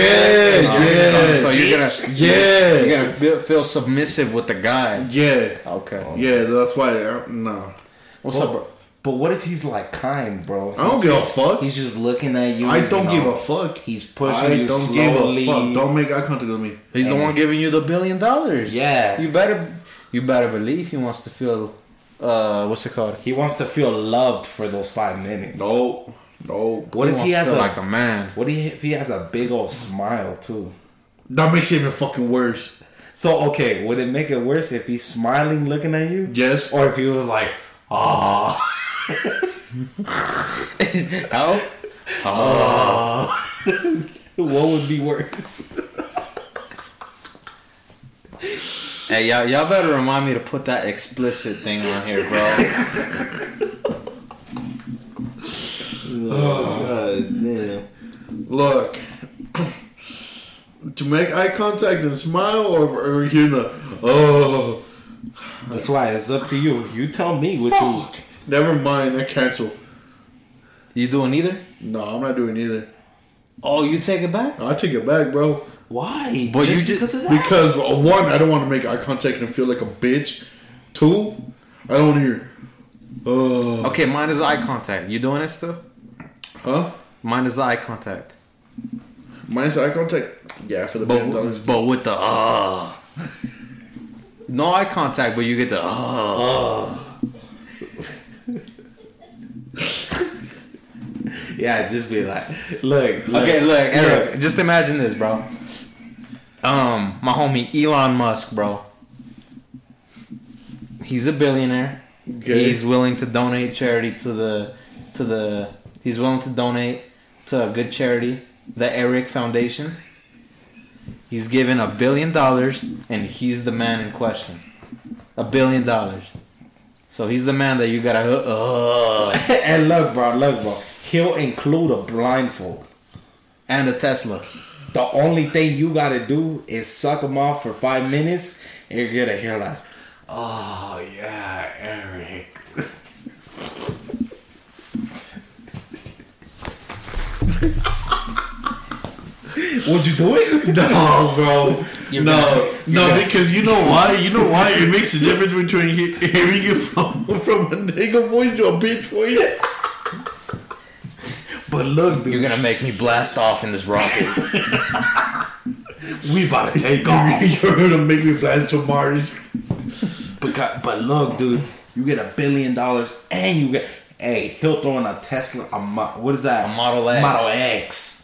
yeah.
So you're gonna
yeah,
you're gonna feel, feel submissive with the guy.
yeah,
Okay.
yeah. That's why. I, no,
What's up, bro?
But what if he's like kind, bro?
I don't
He's-
give a fuck.
He's just looking at you.
I don't
you
give
know.
a fuck.
He's pushing
I
you
don't
slowly.
give a fuck. Don't make eye contact with me.
He's the one giving you the billion dollars.
Yeah.
You better you better believe he wants to feel uh what's it called?
He wants to feel loved for those five minutes.
No, no.
What if
wants
he
to
has
feel
a
like a man.
What if he has a big old smile too?
That makes it even fucking worse.
So okay, would it make it worse if he's smiling, looking at you,
Yes.
or if he was like, "Ah,
How?
what would be worse?"
Hey y'all y'all better remind me to put that explicit thing on here, bro.
Uh,
Look, to make eye contact and smile, or, or you know, oh,
That's why it's up to you. You tell me what you.
never mind, I cancel.
you doing either?
No, I'm not doing either.
Oh, you take it back?
I take it back, bro.
Why?
But
just
you ju-
because of that?
Because uh, one, I don't want to make eye contact and feel like a bitch. Two, I don't want to hear, oh,
Okay, mine is eye contact. You doing it still?
huh?
Mine is the eye contact.
Minus eye contact. Yeah, for the billion dollars.
But, but with the uh No eye contact, but you get the uh
Yeah, just be like, look, look
Okay, look,
look.
Eric, just imagine this, bro. Um, my homie Elon Musk, bro. He's a billionaire.
Okay.
He's willing to donate charity to the to the he's willing to donate to a good charity, the Eric Foundation. He's given a billion dollars and he's the man in question. A billion dollars. So he's the man that you gotta uh,
and look, bro, look, bro. He'll include a blindfold.
and a Tesla.
The only thing you gotta do is suck him off for five minutes, and you're gonna hear like, "Oh yeah, Eric." Would you do it?
No, bro. no, no, because you know why? You know why? It makes a difference between he- hearing it from, from a nigga voice to a bitch voice.
But look, dude,
You're gonna make me blast off in this rocket.
we about to take off.
You're gonna make me blast to Mars.
But God, but look, dude, you get a billion dollars and you get hey, he'll throw in a Tesla. A mo- what is that?
A Model X.
Model X.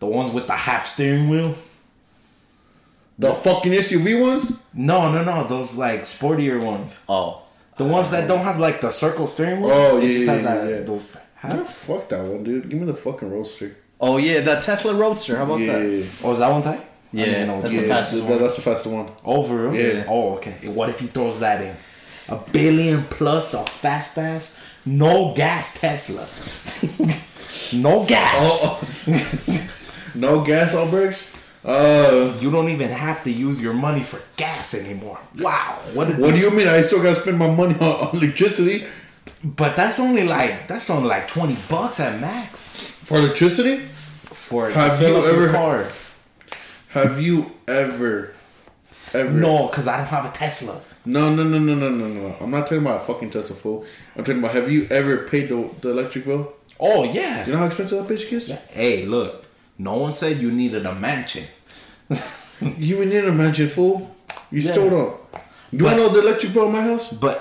The ones with the half steering wheel.
The fucking SUV ones?
No, no, no. Those like sportier ones.
Oh.
The ones that don't have like the circle steering wheel.
Oh,
It
yeah, yeah,
has
yeah,
that-
yeah.
Those.
How the fuck that one, dude? Give me the fucking roadster.
Oh yeah, that Tesla Roadster. How about
Yeah,
that?
yeah,
Oh, is that one type?
Yeah, that's
yeah.
the fastest
that-
one.
That's the fastest one.
Over.
Yeah.
Oh, okay. What if he throws that in? A billion plus the fast ass, no gas Tesla. no gas.
Oh, No gas all breaks. Uh,
You don't even have to use your money for gas anymore. Wow. What, a-
what do you mean? I still gotta spend my money on electricity
But that's only like that's only like twenty bucks at max
for electricity?
for to
Have
fill
you
up your
ever-
car.
Have you ever, ever?
No, because I don't have a Tesla.
No, no, no, no, no, no, no. I'm not talking about a fucking Tesla fool. I'm talking about have you ever paid the, the electric bill?
Oh yeah.
You know how expensive that bitch gets?
Hey, look. No one said you needed a mansion.
You were in a mansion, fool. You still don't. You want to know the electric bill in my house?
But,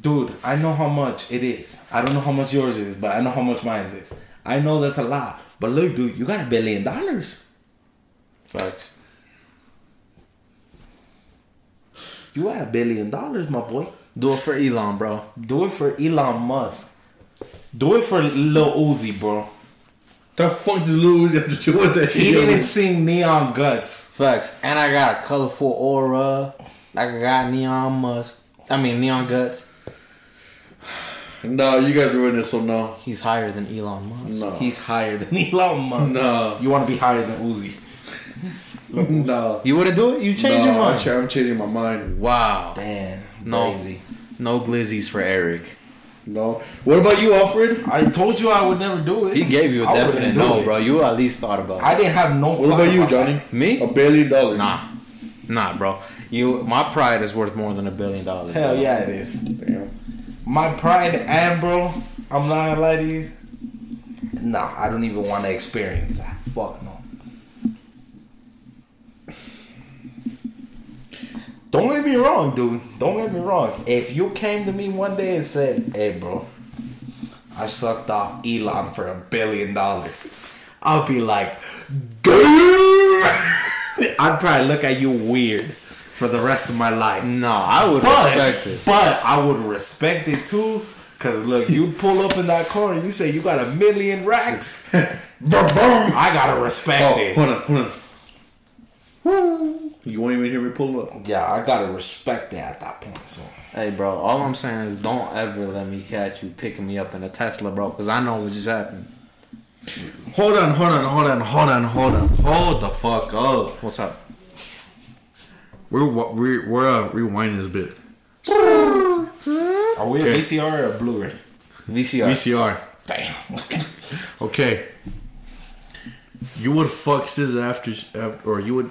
dude, I know how much it is. I don't know how much yours is, but I know how much mine is. I know that's a lot. But look, dude, you got a billion dollars.
Facts.
You got a billion dollars, my boy.
Do it for Elon, bro.
Do it for Elon Musk. Do it for Lil Uzi, bro.
The fuck does Lil Uzi have to do with that?
He
shit?
didn't sing Neon Guts.
Facts. And I got a colorful aura. Like I got neon musk. I mean neon guts.
No, you guys ruined it. So no,
He's higher than Elon Musk.
no,
He's higher than Elon Musk.
No.
You want to be higher than Uzi.
no.
You wouldn't do it? You changed
no,
your
I'm,
mind.
ch- I'm changing my mind.
wow.
Damn.
No.
Crazy.
No glizzies for Eric.
No. What about you, Alfred?
I told you I would never do it.
He gave you a
I wouldn't
definite
do
no,
it.
bro. You at least thought about it.
I didn't have no
What
fuck
about you,
that.
Johnny?
Me?
A billion dollars.
Nah. Nah, bro. You my pride is worth more than a billion dollars.
Hell
bro.
yeah, it is.
Damn.
My pride and bro, I'm not gonna lie to you. Nah, I don't even want to experience that. Fuck no. Don't get me wrong, dude. Don't get me wrong. If you came to me one day and said, "Hey, bro, I sucked off Elon for a billion dollars," I'll be like, "Dude," I'd probably look at you weird for the rest of my life.
No, I would
But,
respect it.
but I would respect it too. Cause look, you pull up in that car and you say you got a million racks. I gotta respect
Oh,
it.
hold on, hold on. You won't even hear me pull up.
Yeah, I gotta respect it at that point. So
Hey, bro. All I'm saying is don't ever let me catch you picking me up in a Tesla, bro, because I know what just happened.
Hold on, hold on, hold on, hold on, hold on. Hold the fuck up.
What's up?
We're wa- we're, we're uh, rewinding this bit.
are we
Okay.
a VCR or a Blu-ray?
VCR.
VCR.
Damn.
Okay. You would fuck SZA after, af- or you would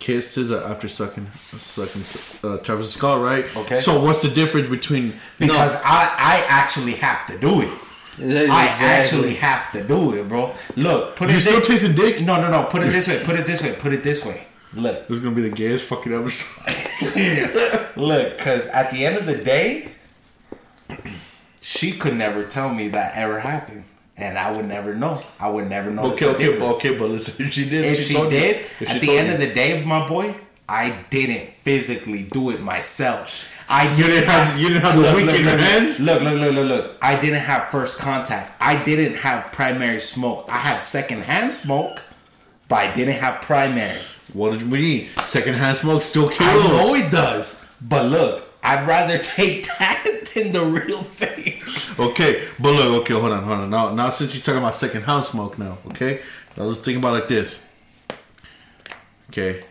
kiss SZA after sucking, sucking uh, Travis Scott, right?
Okay.
So what's the difference between?
because I I actually have to do it. I actually have to do it, bro. Look, put
You
it
still
this,
chasing dick?
no no no. Put it this way. Put it this way. Put it this way. Look.
This is gonna be the gayest fucking episode.
Look, because at the end of the day, she could never tell me that ever happened. And I would never know. I would never know.
okay,
the
okay,
difference.
but okay, but listen, if she did,
Oh, If she
told you-
did,
if she
at the
told
end
you-
of the day, my boy, I didn't physically do it myself. I
you didn't have, you didn't have the
Look,
week
look,
in your
look,
hands.
Look, look, look, look, look. I didn't have first contact. I didn't have primary smoke. I had second hand smoke, but I didn't have primary.
What did we need? Secondhand smoke still kills.
I know it does, but look, I'd rather take that than the real thing.
Okay, but look, okay, hold on, hold on. Now, now since you're talking about second house smoke now, okay? I was thinking about it like this. Okay,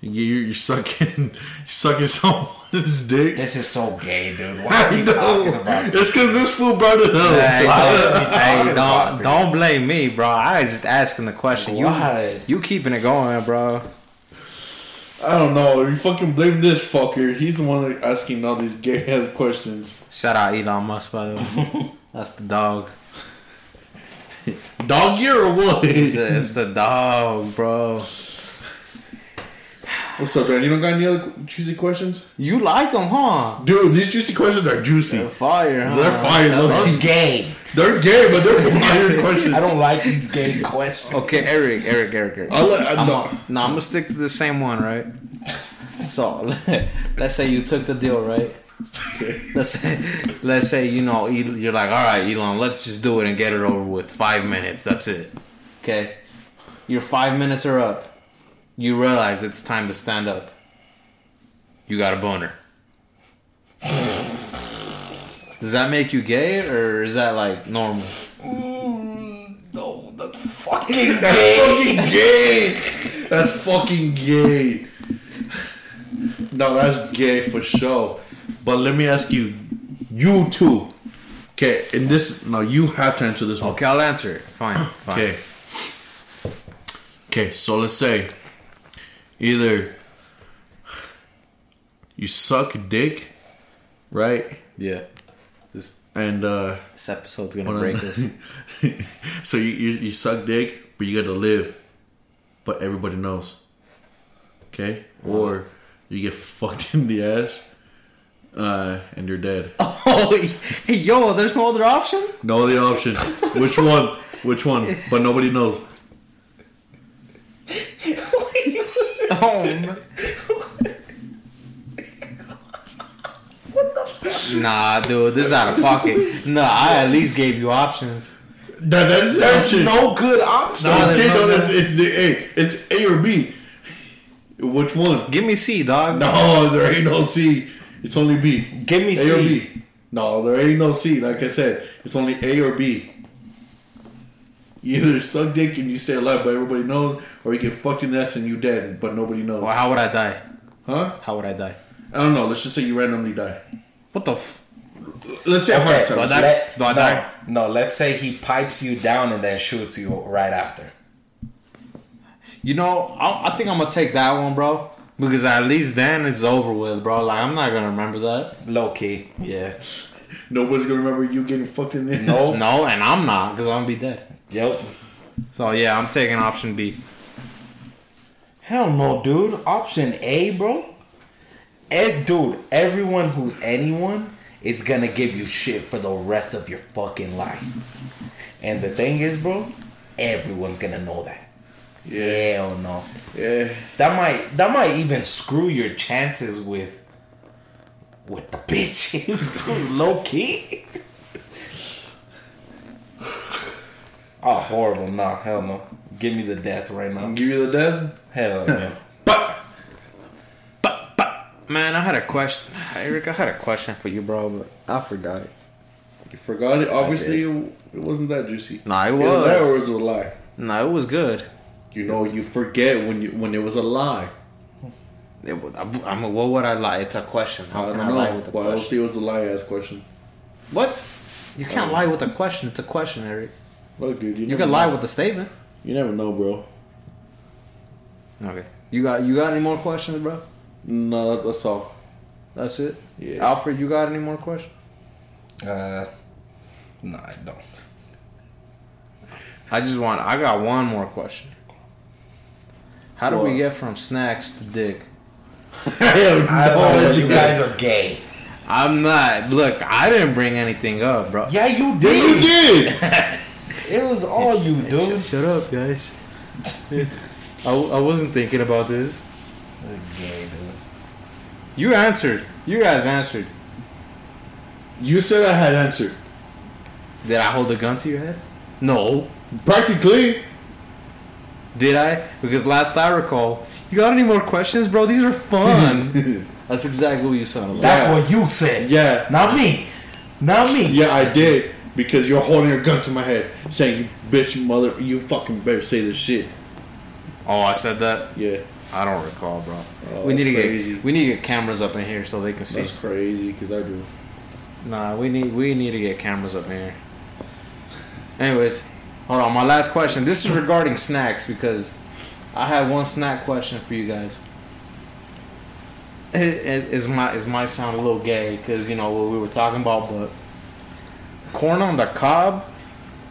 you, you- you're sucking, you're sucking someone's dick.
This is so gay, dude. Why are
I
we
know.
talking about this?
It's because this fool brought it up.
Hey, don't,
talking
hey, don't,
about
don't blame me, bro. I was just asking the question.
Why?
You you keeping it going, bro.
I don't know. You fucking blame this fucker. He's the one asking all these gay ass questions.
Shout out Elon Musk, by the way. That's the dog.
Dog year or what?
It's the- it's the dog, bro.
What's up, man? You don't got any other juicy questions?
You like him, huh?
Dude, these juicy questions are
They're
juicy.
fire, huh?
They're fire,
Tell
look.
me.
We're gay.
They're gay, but they're fire questions.
I don't like these gay questions.
Okay, Eric, Eric, Eric, Eric.
I'll let- I-
I'm
no.
a- no, I'm gonna stick to the same one, right? So let's say you took the deal, right? Let's say, let's say you know El- you're like, all right, Elon, let's just do it and get it over with. Five minutes, that's it. Okay, your five minutes are up. You realize it's time to stand up. You got a boner. Does that make you gay or is that like normal?
No, that's fucking
That's
gay.
fucking gay. That's fucking gay. No, that's gay for sure. But let me ask you, you too. Okay, and this no, you have to answer this one.
Okay, I'll answer it. Fine. fine.
Okay. Okay, so let's say either you suck dick, right?
Yeah.
And uh
This episode's gonna
Hold
break
on.
us.
so you, you you suck dick, but you got to live, but everybody knows. Okay,
Uh-huh.
or you get fucked in the ass, uh, and you're dead.
Oh, hey, yo, there's no other option?
No other option. Which one? Which one? But nobody knows.
Oh, man. nah, dude, this is out of pocket. no, I at least gave you options.
That, that is
There's
option.
no Oh, good option.
No,
there's
okay, no,
no-
that's, it's, the- hey, it's A or B. Which one?
Give me C, dog.
No, there ain't no C. It's only B.
Give me
A or
C.
B. No, there ain't no C. Like I said, it's only A or B. You either suck dick and you stay alive, but everybody knows, or you get fucked in the ass and you dead, but nobody knows.
Well, how would I die?
Huh?
How would I die?
I don't know. Let's just say you randomly die.
What the? F-
Let's say a heart attack.
but that-
Let-
do I die?
no, no, let's say he pipes you down and then shoots you right after.
you know, I, I think I'm gonna take that one, bro. Because at least then it's over with, bro. Like I'm not gonna remember that.
Low key.
Yeah.
Nobody's gonna remember you getting fucked in the ass.
No.
No, and I'm not, because I'm gonna be dead.
Yep.
So yeah, I'm taking option B.
Hell no, dude. Option A, bro. Ed, dude, everyone who's anyone is gonna give you shit for the rest of your fucking life. And the thing is, bro, everyone's gonna know that.
Yeah.
Hell no.
Yeah.
That might that might even screw your chances with with the bitches. Low key. Oh horrible. Nah, hell no. Give me the death right
I'll
now.
give you the death.
Hell no.
But
But but man, I had a question, Eric. I had a question for you, bro. But I forgot it.
you forgot it. Obviously, it it wasn't that juicy.
Nah, it
Either that or it
was.
was a lie.
No, it was good.
You know, you forget when you when it was a lie.
It was, I, I mean, what would I lie? It's a question. How
I
can
don't
I,
know.
lie with a
well,
question?
obviously, it was a lie ass question.
What? You can't lie with a question. It's a question, Eric.
Look, dude, you,
You
never
can lie
know.
with a statement.
You never know, bro.
Okay. You got you got any more questions, bro?
No, that- that's all.
That's it.
Yeah.
Alfred, you got any more questions?
Uh, no, I don't.
I just want. I got one more question. How do
What?
we get from snacks to dick?
I
no
don't know.
idea.
You guys are gay.
I'm not. Look, I didn't bring anything up, bro.
Yeah, you
Yeah, you
did.
did.
It was all you, dude.
Shut up, guys. I, I wasn't thinking about this.
Gay, dude.
You answered. You guys answered.
you said I had answered.
Did I hold a gun to your head? No.
Practically.
Did I? Because last I recall, you got any more questions, bro? These are fun. That's exactly what you sounded like.
That's
Yeah.
what you said.
Yeah.
Not me. Not me.
Yeah, I did. Because you're holding your gun to my head, saying, "You bitch, mother, you fucking better say this shit."
Oh, I said that.
Yeah,
I don't recall, bro.
Oh,
we need
that's
to
crazy.
get we need to get cameras up in here so they can see.
that's crazy. Because I do.
Nah, we need we need to get cameras up in here. Anyways, hold on. My last question. This is regarding snacks because I had one snack question for you guys. It, it, it's my it might sound a little gay because you know what we were talking about, but corn on the cob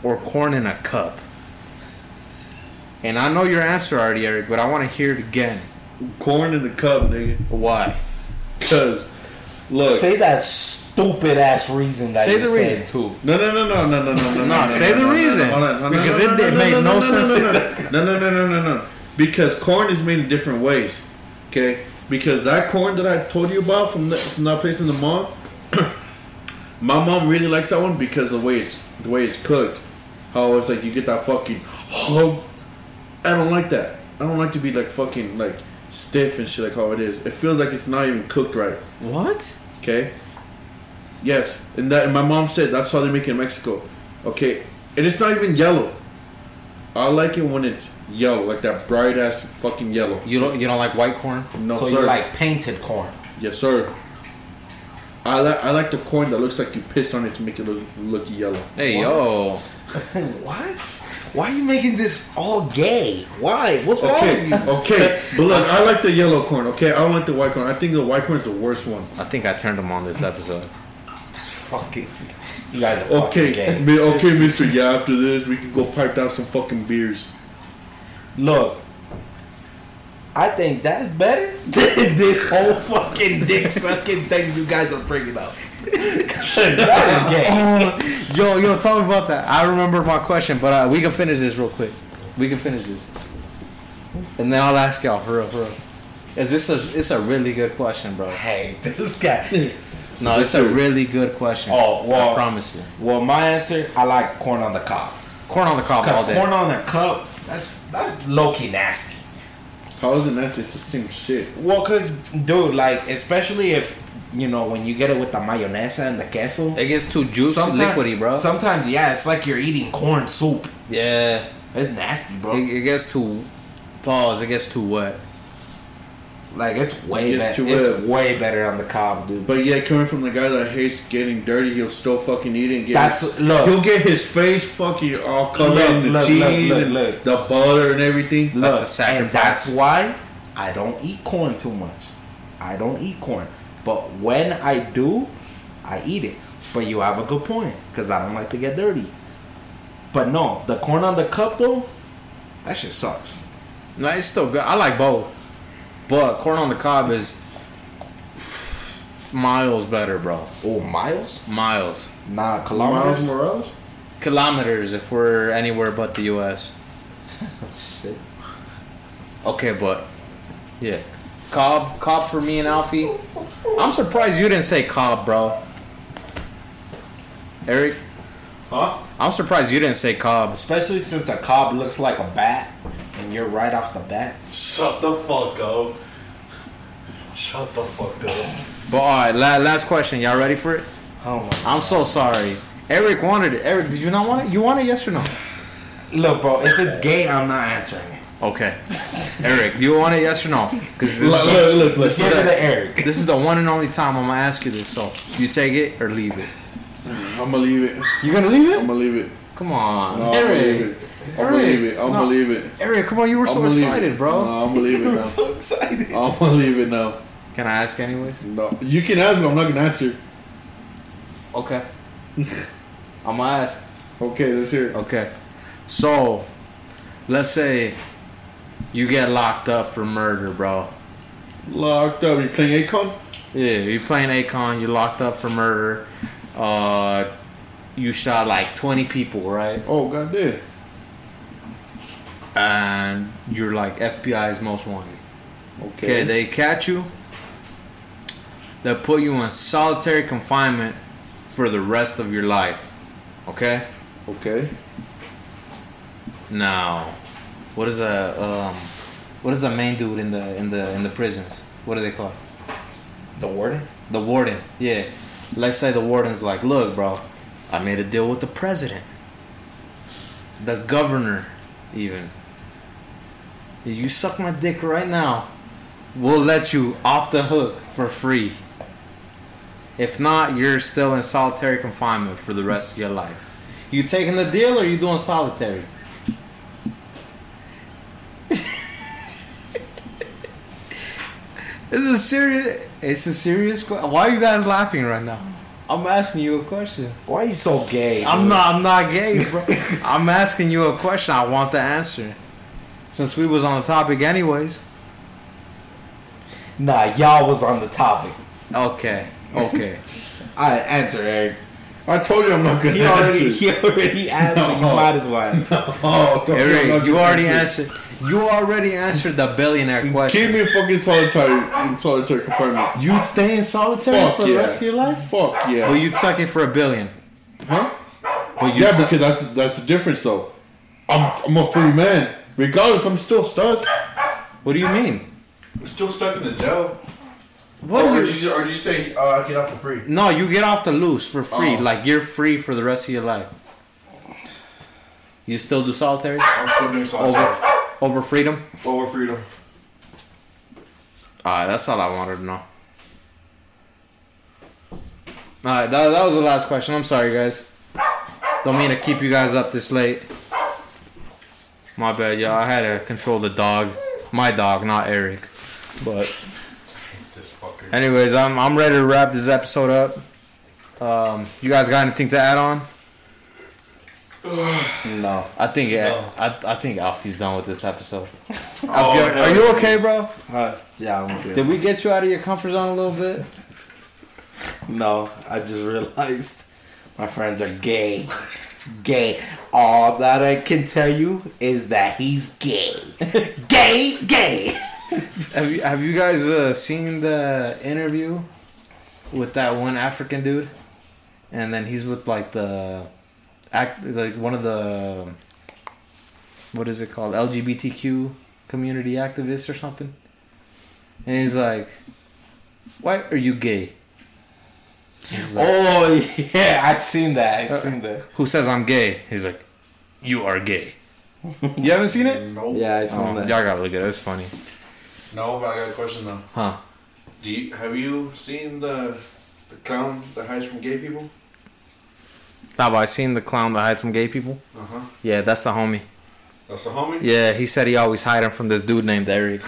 or corn in a cup. And I know your answer already, Eric, but I want to hear it again.
Corn in the cup, nigga.
Why?
Because look,
Say that stupid ass reason that
Say
you
the
said
reason.
too.
No, no, no, no, no, no, no, no.
No, say the reason.
hold on, hold on,
Because it- it made no sense
No,
to-
no, no, no, no, no, no, no. Because corn is made in different ways. Okay, because that corn that I told you about from the, from that place in the mall, my mom really likes that one because the way it's the way it's cooked, how it's like you get that fucking hug. I don't like that. I don't like to be like fucking like stiff and shit like how it is. It feels like it's not even cooked right.
What?
Okay. Yes, and that and my mom said that's how they make it in Mexico. Okay, and it's not even yellow. I like it when it's yellow, like that bright ass fucking yellow.
You don't you don't like white corn?
no
so
sir.
you like painted corn.
yes sir. I like I like the corn that looks like you pissed on it to make it look, look yellow.
Hey yo.
what? Why are you making this all gay? Why? What's
Okay, okay, but look, I like the yellow corn. Okay, I don't like the white corn. I think the white corn is the worst one.
I think I turned him on this episode.
Fucking. You guys are
Okay,
fucking gay.
mi- okay, Mister. Yeah, after this, we can go pipe down some fucking beers.
Look, I think that's better than this whole fucking dick sucking thing you guys are bringing up. that
Oh, yo, yo, tell me about that. I remember my question, but uh, we can finish this real quick. We can finish this, and then I'll ask y'all for real, for real. Is this a? It's a really good question, bro.
is gay. Hey, this guy.
No, it's a really good question.
Oh, well-
I promise you.
Well, my answer, I like corn on the cob.
Corn on the cob all
Cause
day.
corn on a cup, that's that's low key nasty.
How is it nasty? It's the same shit.
Well, cause dude, like especially if you know when you get it with the mayonnaise and the queso,
it gets too juicy,
sometime-
liquidy, bro.
Sometimes, yeah, it's like you're eating corn soup.
yeah,
It's nasty, bro.
it, it gets too. Pause. It gets too wet.
like it's way
It gets
better.
too
It's
red.
way better on the cob, dude.
But yeah, coming from the guy that hates getting dirty, he'll still fucking eat it. And get
That's-
his-
look.
He'll get his face fucking all covered
Look,
in the
look,
cheese
look, look,
and
look.
the butter and everything.
Look,
a sacrifice.
and that's why I don't eat corn too much. I don't eat corn, but when I do, I eat it. But you have a good point, cause I don't like to get dirty. But no, the corn on the cup though, that shit sucks.
No, it's still good. I like both, but corn on the cob is miles better, bro.
Oh, miles?
Miles,
Nah,
Miles
kilometers.
Morales?
kilometers if we're anywhere but the U.S.
Shit.
Okay, but yeah, cob, cob for me and Alfie. I'm surprised you didn't say cob, bro. Eric,
Huh?
I'm surprised you didn't say cob.
Especially since a cob looks like a bat, and you're right off the bat.
Shut the fuck up. Shut the fuck up.
But all right, la- last question. Y'all ready for it?
Oh my.
I'm so sorry. Eric wanted it. Eric, did you not want it? You want it? Yes or no?
Look, bro, if it's gay, I'm not answering it.
Okay. Eric, do you want it? Yes or no? Because this,
Look,
is the-
look, look, look.
Give it to Eric.
this is the one and only time I'm gonna ask you this. So you take it or leave it.
I'm gonna leave it.
You gonna leave
I'm
it?
gonna leave it.
Come on,
No, I'm gonna leave
Eric.
it. I'm gonna leave it. I'm
No.
gonna leave it.
Eric, come on, you were
I'm
so
gonna leave
excited,
it.
bro.
No, I'm gonna leave it now.
so excited.
I'm gonna leave it now.
Can I ask anyways?
No, you can ask me. I'm not gonna answer.
Okay. I'm gonna ask.
Okay, let's hear it.
Okay. So, let's say you get locked up for murder, bro.
Locked up. You playing Akon?
Yeah, you're playing Akon, you're locked up for murder. Uh, you shot like 20 people, right?
Oh goddamn.
And you're like FBI's most wanted. Okay,
Okay.
they catch you. They put you in solitary confinement for the rest of your life. Okay?
Okay.
Now, what is the um, what is the main dude in the in the in the prisons? What are they called?
The warden?
The warden, yeah. Let's say the warden's like, look, bro, I made a deal with the president, the governor, even. You suck my dick right now. We'll let you off the hook for free. If not, you're still in solitary confinement for the rest of your life. You taking the deal or you doing solitary? This is a serious. It's a serious. Que- Why are you guys laughing right now? I'm asking you a question.
Why are you so gay?
I'm
dude?
not. I'm not gay, bro. I'm asking you a question. I want the answer. Since we was on the topic, anyways.
Nah, y'all was on the topic.
Okay. Okay.
I answer Eric.
I told you I'm not gonna
He already
answer.
he already asked. so you
No.
might as well.
oh, I told you I'm not
Eric,
gonna
you already
answer.
answered. You already answered the billionaire
Keep
question.
me fucking solitary in solitary confinement.
You'd stay in solitary
Fuck
for the
yeah.
rest of your life,
Fuck yeah.
but you'd suck it for a billion.
huh?
But you.
Yeah, because that's that's the difference though. I'm I'm a free man. Regardless, I'm still stuck.
what do you mean?
I'm still stuck in the jail.
Oh,
What?
or,
Are
did
you,
you, or did you say uh, get out for free?
no, you get off the loose for free.
Oh.
Like you're free for the rest of your life. You still do solitary?
I'm still doing something.
over over freedom.
Over freedom.
Alright, that's all I wanted to know. Alright, that, that was the last question. I'm sorry, guys. Don't mean to keep you guys up this late. My bad, y'all. I had to control the dog. My dog, not Eric. But,
This fucker.
anyways, I'm, I'm ready to wrap this episode up. Um, you guys got anything to add on?
No.
I think
No.
I, I think Alfie's done with this episode. Alfie,
Oh,
are, are you okay, bro?
Uh, yeah, I'm good.
Did we get you out of your comfort zone a little bit?
No, I just realized my friends are gay. Gay. All that I can tell you is that he's gay. gay, gay.
Have you have you guys uh, seen the interview with that one African dude, and then he's with like the act like one of the what is it called LGBTQ community activists or something, and he's like, "Why are you gay?" He's like-
Oh yeah, I've seen that. I've seen that.
Who says I'm gay? He's like, "You are gay." You haven't seen it?
No.
Yeah, I've seen
Oh, y'all
that.
gotta look at it. It's funny,
No, but I got a question though.
huh?
Do you, have you seen the the clown that hides from gay people?
Nah, but I seen the clown that hides from gay people.
Uh huh.
Yeah, that's the homie.
That's the homie.
Yeah, he said he always hide him from this dude named Eric.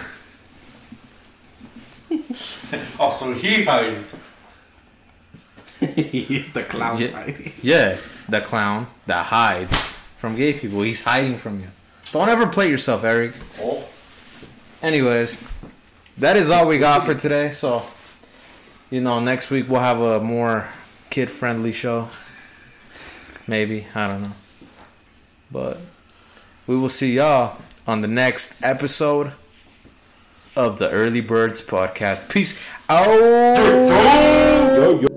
Oh,
Alltså,
so he hide.
the clown
Yeah. Yeah, the clown that hides from gay people. He's hiding from you. Don't ever play yourself, Eric.
Oh,
Anyways, that is all we got for today. So, you know, next week we'll have a more kid friendly show. Maybe. I don't know. But we will see y'all on the next episode of the Early Birds Podcast. Peace out.
Yo yo.